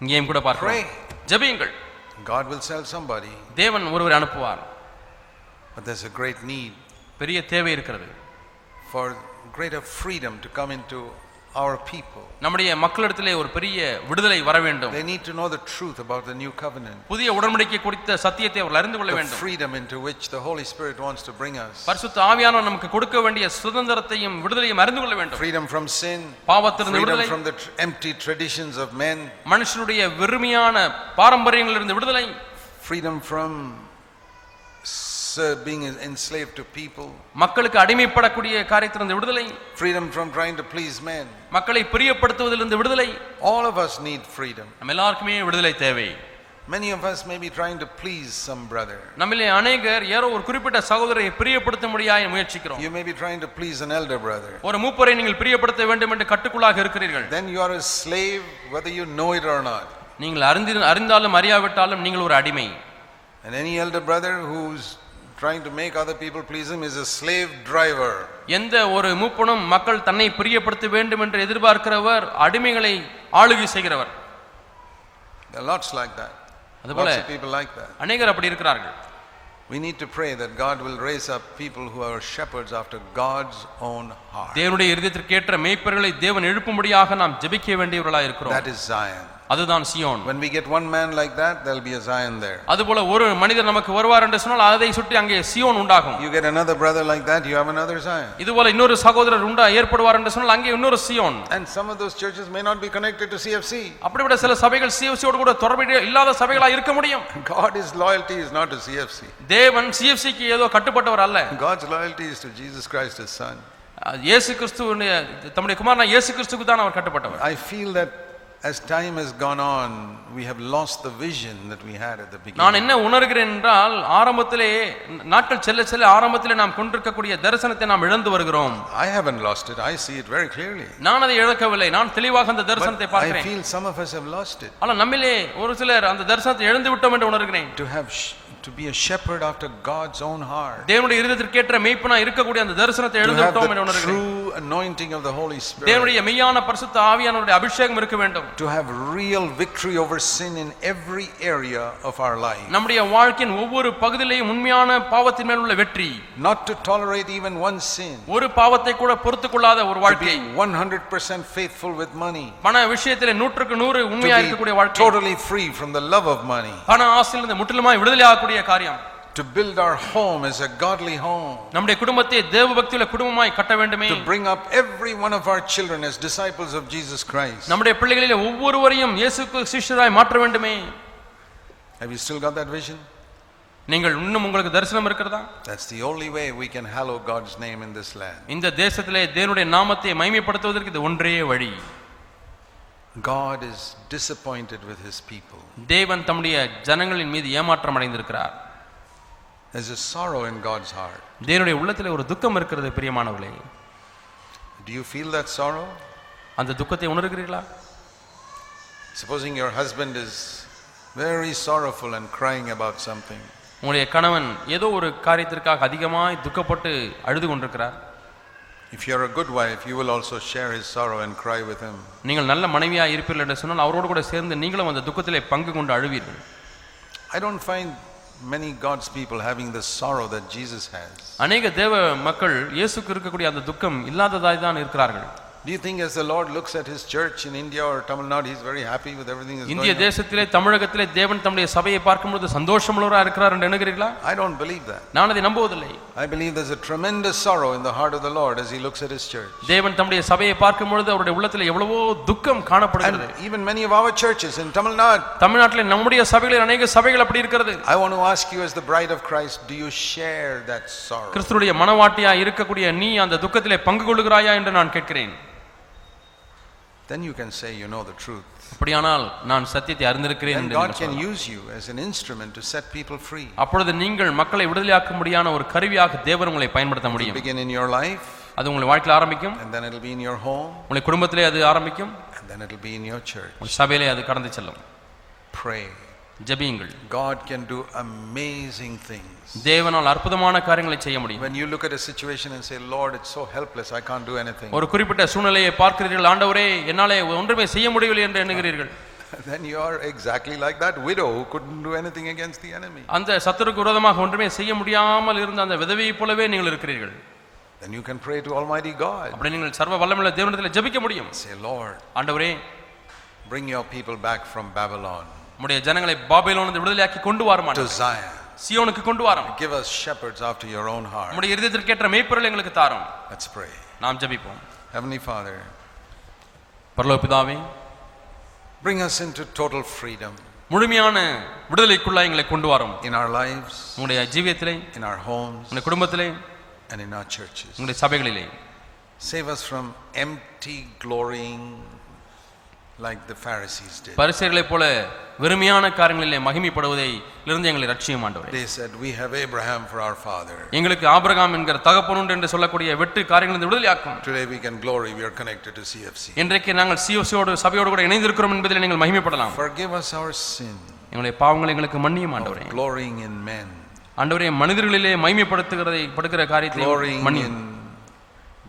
[SPEAKER 2] இங்கேயும் கூட
[SPEAKER 1] pray.
[SPEAKER 2] பார்க்கிறோம் ஜெபியுங்கள்
[SPEAKER 1] God will send somebody,
[SPEAKER 2] தேவன் ஒருவரை அனுப்புவார்
[SPEAKER 1] but there's a great need
[SPEAKER 2] பெரிய தேவை இருக்கிறது
[SPEAKER 1] for greater freedom to come into our people.
[SPEAKER 2] நம்முடைய மக்களிடத்திலே ஒரு பெரிய விடுதலை வர வேண்டும்
[SPEAKER 1] They need to know the truth about the new covenant,
[SPEAKER 2] புதிய உடன்படிக்கை குறித்த சத்தியத்தை அவர்கள் அறிந்து கொள்ள
[SPEAKER 1] the
[SPEAKER 2] வேண்டும்
[SPEAKER 1] freedom into which the Holy Spirit wants to bring us
[SPEAKER 2] பரிசுத்த ஆவியானவர் நமக்கு கொடுக்க வேண்டிய சுதந்திரத்தையும் விடுதலையும் அறிந்து கொள்ள வேண்டும்
[SPEAKER 1] freedom from sin,
[SPEAKER 2] பாவத்திலிருந்து
[SPEAKER 1] freedom
[SPEAKER 2] விடுதலை
[SPEAKER 1] from the tr- empty traditions of men,
[SPEAKER 2] மனுஷனுடைய வெறுமையான பாரம்பரியங்களிலிருந்து விடுதலை
[SPEAKER 1] freedom from ser- being enslaved to people,
[SPEAKER 2] மக்களுக்கு அடிமைப்படக்கூடிய காரியத்திலிருந்து விடுதலை
[SPEAKER 1] freedom from trying to please men.
[SPEAKER 2] மக்களை பிரியப்படுத்துவதிலிருந்து விடுதலை
[SPEAKER 1] All of us need freedom.
[SPEAKER 2] நம்ம எல்லாருக்குமே விடுதலை தேவை
[SPEAKER 1] Many of us may be trying to please some brother.
[SPEAKER 2] நம்மிலே அநேகர் ஏதோ ஒரு குறிப்பிட்ட சகோதரரை பிரியப்படுத்த முடியாய் முயற்சிக்கிறோம்
[SPEAKER 1] You may be trying to please an elder brother.
[SPEAKER 2] ஒரு மூப்பரை நீங்கள் பிரியப்படுத்த வேண்டும் என்று கட்டுக்குள்ளாக இருக்கிறீர்கள்
[SPEAKER 1] Then you are a slave whether you know it or not.
[SPEAKER 2] நீங்கள் அறிந்து அறிந்தாலும் அறியாவிட்டாலும் நீங்கள் ஒரு அடிமை
[SPEAKER 1] And any elder brother who's trying to make other people please him is a slave driver.
[SPEAKER 2] எந்த ஒரு மூப்பனும் மக்கள் தன்னை பிரியப்படுத்த வேண்டும் என்று எதிர்பார்க்கிறவர் அடிமைகளை ஆளுகை செய்கிறவர்
[SPEAKER 1] There are lots like that.
[SPEAKER 2] அதுபோல
[SPEAKER 1] Lots of people like that.
[SPEAKER 2] அநேகர் அப்படி இருக்கிறார்கள்
[SPEAKER 1] We need to pray that God will raise up people who are shepherds after God's own heart.
[SPEAKER 2] தேவனுடைய இருதயத்திற்கு ஏற்ற மேய்ப்பர்களை தேவன் எழுப்பும்படியாக நாம் ஜெபிக்க வேண்டியவர்களாக இருக்கிறோம்
[SPEAKER 1] That is Zion.
[SPEAKER 2] அதுதான் Zion
[SPEAKER 1] When we get one man like that, there'll be a Zion there.
[SPEAKER 2] அதுபோல ஒரு மனிதர் நமக்கு வருவார் என்று சொன்னால் அதை சுற்றி அங்கே சியோன் உண்டாகும்
[SPEAKER 1] You get another brother like that, you have another Zion.
[SPEAKER 2] இதுபோல இன்னொரு சகோதரர் உண்டா ஏற்படுவார் என்று சொன்னால் அங்கே இன்னொரு Zion
[SPEAKER 1] And some of those churches may not be connected to CFC.
[SPEAKER 2] அப்படிப்பட்ட சில சபைகள் சிஎஃப்சியோடு கூட தொடர்பு இல்லாத சபைகளாக இருக்க முடியும்
[SPEAKER 1] God is loyalty is not to CFC.
[SPEAKER 2] தேவன் சிஎஃப்சிக்கு ஏதோ கட்டுப்பட்டவர் அல்ல
[SPEAKER 1] God's loyalty is to Jesus Christ, His Son.
[SPEAKER 2] அது இயேசு கிறிஸ்துவனுடைய தம்முடைய குமாரனா இயேசு கிறிஸ்துக்கு தான் அவர் கட்டுப்பட்டவர்
[SPEAKER 1] I feel that as time has gone on, we have lost the vision that we had at the beginning.
[SPEAKER 2] நான் என்ன உணர்கிறேன் என்றால் ஆரம்பத்திலே நாட்கள் செல்ல செல்ல ஆரம்பத்திலே நாம் கொண்டிருக்கக்கூடிய தரிசனத்தை நாம் இழந்து வருகிறோம்
[SPEAKER 1] I haven't lost it. I see it very clearly.
[SPEAKER 2] நான் அதை இழக்கவில்லை நான் தெளிவாக அந்த
[SPEAKER 1] But
[SPEAKER 2] தரிசனத்தை
[SPEAKER 1] I
[SPEAKER 2] பார்க்கிறேன்
[SPEAKER 1] feel some of us have lost it.
[SPEAKER 2] ஆனால் நம்மிலே ஒரு சிலர் அந்த தரிசனத்தை இழந்து விட்டோம் என்று உணர்கிறேன்
[SPEAKER 1] To have sh- to be a shepherd after God's own heart.
[SPEAKER 2] தேவனுடைய இருதயத்திற்கேற்ற மெய்ப்பனா இருக்கக்கூடிய அந்த தரிசனத்தை
[SPEAKER 1] To
[SPEAKER 2] இழந்து
[SPEAKER 1] have
[SPEAKER 2] விட்டோம் என்று
[SPEAKER 1] the
[SPEAKER 2] உணர்கிறேன்
[SPEAKER 1] true anointing of the Holy Spirit.
[SPEAKER 2] தேவனுடைய மெய்யான பரிசுத்த ஆவியானவருடைய அபிஷேகம் இருக்க வேண்டும்
[SPEAKER 1] To have real victory over sin in every area of our life.
[SPEAKER 2] நம்முடைய வாழ்க்கையின் ஒவ்வொரு பகுதியிலேயும் உண்மையான பாவத்தின் மேல் உள்ள வெற்றி
[SPEAKER 1] Not to tolerate even one sin.
[SPEAKER 2] ஒரு பாவத்தை கூட பொறுத்துக் கொள்ளாத ஒரு
[SPEAKER 1] To
[SPEAKER 2] வாழ்க்கை
[SPEAKER 1] be 100% faithful with money.
[SPEAKER 2] பண விஷயத்திலே நூற்றுக்கு நூறு
[SPEAKER 1] To
[SPEAKER 2] உண்மையா இருக்கக்கூடிய
[SPEAKER 1] be
[SPEAKER 2] வாழ்க்கை
[SPEAKER 1] totally free from the love of money.
[SPEAKER 2] பண ஆசையிலிருந்து முற்றிலுமாய் விடுதலையாகக்கூடிய காரியம்
[SPEAKER 1] To build our home as a godly home.
[SPEAKER 2] நம்முடைய குடும்பத்தை தேவ பக்தியுள்ள குடும்பமாய் கட்ட வேண்டுமே
[SPEAKER 1] To bring up every one of our children as disciples of Jesus Christ.
[SPEAKER 2] நம்முடைய பிள்ளைகளிலே ஒவ்வொருவரையும் இயேசுக்கு சிஷ்யராய் மாற்ற வேண்டுமே
[SPEAKER 1] Have you still got that vision?
[SPEAKER 2] நீங்கள் இன்னும் உங்களுக்கு தரிசனம் இருக்கிறதா
[SPEAKER 1] That's the only way we can hallow God's name in this land.
[SPEAKER 2] இந்த தேசத்திலே தேவனுடைய நாமத்தை மகிமைப்படுத்துவதற்கு இது ஒன்றே வழி
[SPEAKER 1] God is disappointed with his people.
[SPEAKER 2] தேவன் தம்முடைய ஜனங்களின் மீது ஏமாற்றம் அடைந்திருக்கிறார்
[SPEAKER 1] There's a sorrow in God's heart.
[SPEAKER 2] தேவனுடைய உள்ளத்திலே ஒரு துக்கம் இருக்கிறது பிரியமானவர்களே
[SPEAKER 1] Do you feel that sorrow?
[SPEAKER 2] அந்த துக்கத்தை உணர்கிறீர்களா
[SPEAKER 1] Supposing your husband is very sorrowful and crying about something.
[SPEAKER 2] உங்களுடைய கணவன் ஏதோ ஒரு காரியத்திற்காக அதிகமாய் துக்கப்பட்டு அழுது கொண்டிருக்கிறார்
[SPEAKER 1] If you're a good wife, you will also share his sorrow and cry with him.
[SPEAKER 2] நீங்கள் நல்ல மனைவியாக இருப்பீர்கள் என்று சொன்னால் அவரோடு கூட சேர்ந்து நீங்களும் அந்த துக்கத்திலே பங்கு கொண்டு அழுவீர்கள்
[SPEAKER 1] I don't find many God's people having the sorrow that Jesus has.
[SPEAKER 2] அநேக தேவ மக்கள் இயேசுக்கு இருக்கக்கூடிய அந்த துக்கம் இல்லாததாய் தான் இருக்கிறார்கள்
[SPEAKER 1] Do you think as the Lord looks at his church in India or Tamil Nadu, he's very happy with everything that's
[SPEAKER 2] இந்திய
[SPEAKER 1] going on?
[SPEAKER 2] தேசத்திலே தமிழகத்திலே தேவன் தம்முடைய சபையை பார்க்கும்பொழுது சந்தோஷமுள்ளவராக இருக்கிறார் என்று எண்ணுகிறீர்களா
[SPEAKER 1] I don't believe that.
[SPEAKER 2] நான் அதை நம்புவதில்லை
[SPEAKER 1] I believe there's a tremendous sorrow in the heart of the Lord as he looks at his church.
[SPEAKER 2] தேவன் தம்முடைய சபையை பார்க்கும்பொழுது அவருடைய உள்ளத்தில் எவ்வளவோ துக்கம் காணப்படுகிறது
[SPEAKER 1] And even many of our churches in Tamil Nadu,
[SPEAKER 2] தமிழ்நாட்டில் நம்முடைய சபைகளில் அநேக சபைகள் அப்படி இருக்கிறது
[SPEAKER 1] I want to ask you as the bride of Christ, do you share that sorrow?
[SPEAKER 2] கிறிஸ்துடைய மனவாட்டியா இருக்கக்கூடிய நீ அந்த துக்கத்திலே பங்கு கொள்ளுகிறாயா என்று நான் கேட்கிறேன்
[SPEAKER 1] then you can say you know the truth.
[SPEAKER 2] அப்படியானால் நான் சத்தியத்தை அறிந்திருக்கிறேன்
[SPEAKER 1] And
[SPEAKER 2] என்று
[SPEAKER 1] God
[SPEAKER 2] நீங்கள்
[SPEAKER 1] can
[SPEAKER 2] சொல்லலாம்.
[SPEAKER 1] use you as an instrument to set people free.
[SPEAKER 2] அப்பொழுது நீங்கள் மக்களை விடுதலையாக்கும்படியான ஒரு கருவியாக தேவர் உங்களை பயன்படுத்த
[SPEAKER 1] It'll
[SPEAKER 2] முடியும்
[SPEAKER 1] begin in your life,
[SPEAKER 2] அது உங்களை வாழ்க்கையில் ஆரம்பிக்கும்
[SPEAKER 1] and then it'll be in your home,
[SPEAKER 2] உங்களை குடும்பத்திலே அது ஆரம்பிக்கும்
[SPEAKER 1] and then it'll be in your church.
[SPEAKER 2] உங்கள் சபையிலே அது கடந்து செல்லும்
[SPEAKER 1] Pray.
[SPEAKER 2] ஜெபியுங்கள்
[SPEAKER 1] God can do amazing things.
[SPEAKER 2] தேவனால் அற்புதமான காரியங்களை செய்ய முடியும்
[SPEAKER 1] When you look at a situation and say, Lord, it's so helpless, I can't do anything,
[SPEAKER 2] ஒரு குறிப்பிட்ட சூழ்நிலையை பார்க்கிறீர்கள் ஆண்டவரே என்னாலே ஒன்றுமே செய்ய முடியவில்லை என்று எண்ணுகிறீர்கள்
[SPEAKER 1] then you are exactly like that widow who couldn't do anything against the enemy.
[SPEAKER 2] அந்த சத்துருக்கு விரோதமாக ஒன்றுமே செய்ய முடியாமல் இருந்த அந்த விதவையைப் போலவே நீங்கள் இருக்கிறீர்கள்
[SPEAKER 1] Then you can pray to Almighty God.
[SPEAKER 2] அப்படி நீங்கள் சர்வ வல்லமுள்ள தேவனிடத்தில் ஜெபிக்க முடியும்
[SPEAKER 1] Say, Lord,
[SPEAKER 2] ஆண்டவரே
[SPEAKER 1] bring your people back from Babylon
[SPEAKER 2] நம்முடைய ஜனங்களை பாபிலோனிலிருந்து விடுதலையாக்கி கொண்டு வாருமாண்டு
[SPEAKER 1] to Zion.
[SPEAKER 2] சியோனுக்கு கொண்டு வாரம்
[SPEAKER 1] Give us shepherds after your own heart.
[SPEAKER 2] நம்முடைய இருதயத்திற்கேற்ற மேய்ப்பொருள் எங்களுக்கு தாரும்
[SPEAKER 1] Let's pray.
[SPEAKER 2] நாம் ஜெபிப்போம்
[SPEAKER 1] Heavenly Father,
[SPEAKER 2] பரலோபிதாவே
[SPEAKER 1] bring us into total freedom
[SPEAKER 2] முழுமையான விடுதலைக்குள்ளா எங்களை கொண்டு வாரும்
[SPEAKER 1] in our lives,
[SPEAKER 2] உங்களுடைய ஜீவியத்திலே
[SPEAKER 1] in our homes,
[SPEAKER 2] உங்களுடைய குடும்பத்திலே
[SPEAKER 1] and in our churches.
[SPEAKER 2] உங்களுடைய சபைகளிலே
[SPEAKER 1] Save us from empty glorying like the Pharisees did.
[SPEAKER 2] பரிசேர்களைப் போல வெறுமையான காரியங்களிலே மகிமைப்படுவதை இருந்து எங்களை ரட்சியம் ஆண்டவரே
[SPEAKER 1] They said, We have Abraham for our father.
[SPEAKER 2] எங்களுக்கு ஆபிரகாம் என்கிற தகப்பனுண்டு என்று சொல்லக்கூடிய வெட்டு காரியங்களிலிருந்து விடுதலையாக்கும்
[SPEAKER 1] Today we can glory, we are connected to CFC.
[SPEAKER 2] இன்றைக்கு நாங்கள் சிஓசியோடு சபையோடு கூட இணைந்திருக்கிறோம் என்பதில் நீங்கள் மகிமைப்படலாம்
[SPEAKER 1] Forgive us our sin
[SPEAKER 2] எங்களுடைய பாவங்களை எங்களுக்கு மன்னியும் ஆண்டவரே
[SPEAKER 1] of glorying in men,
[SPEAKER 2] ஆண்டவரே மனிதர்களிலே மகிமைப்படுத்துகிறதை படுக்கிற காரியத்தை
[SPEAKER 1] glorying
[SPEAKER 2] மன்னியும்
[SPEAKER 1] in,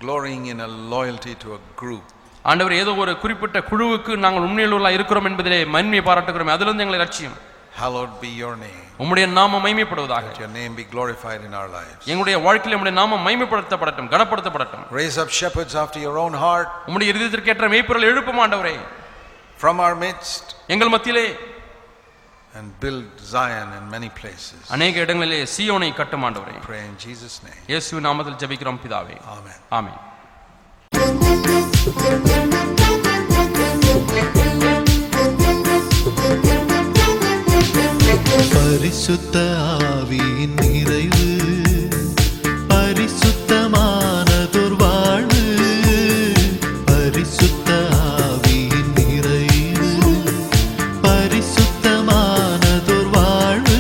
[SPEAKER 1] glorying in a loyalty to a group.
[SPEAKER 2] ஆண்டவர் ஏதோ ஒரு குறிப்பிட்ட குழுவுக்கு நாங்கள் உண்மையுள்ள இருக்கிறோம் என்பதிலே மகிமை பாராட்டுகிறோம் அதிலிருந்து எங்களை லட்சியம்
[SPEAKER 1] Hallowed be your name.
[SPEAKER 2] உம்முடைய நாமம் மகிமைப்படுவதாக
[SPEAKER 1] Let your name be glorified in our lives.
[SPEAKER 2] எங்களுடைய வாழ்க்கையில் உம்முடைய நாமம் மகிமைப்படுத்தப்படட்டும் கனப்படுத்தப்படட்டும்
[SPEAKER 1] Raise up shepherds after your own heart
[SPEAKER 2] உம்முடைய இருதயத்திற்கேற்ற மெய்ப்பொருள் எழுப்பும் ஆண்டவரே
[SPEAKER 1] from our midst
[SPEAKER 2] எங்கள் மத்தியிலே
[SPEAKER 1] and build Zion in many places.
[SPEAKER 2] அநேக இடங்களிலே சியோனை கட்டும் ஆண்டவரே
[SPEAKER 1] Pray in Jesus' name.
[SPEAKER 2] இயேசு நாமத்தில் ஜெபிக்கிறோம் பிதாவே
[SPEAKER 1] Amen.
[SPEAKER 2] ஆமென்
[SPEAKER 3] பரிசுத்த ஆவியின் நிறைவு பரிசுத்தமானதொரு வாழ்வு பரிசுத்த ஆவியின் நிறைவு பரிசுத்தமானதொரு வாழ்வு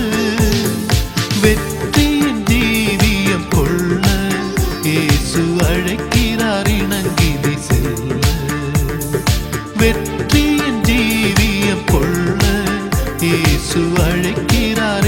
[SPEAKER 3] வெற்றியின் ஜீவியம் கொள்ள இயேசு அழைக்கிறார் இணங்கிதி செல்ல வெற்றியின் ஜீவியம் கொள்ள இயேசு அழைக்கிறார்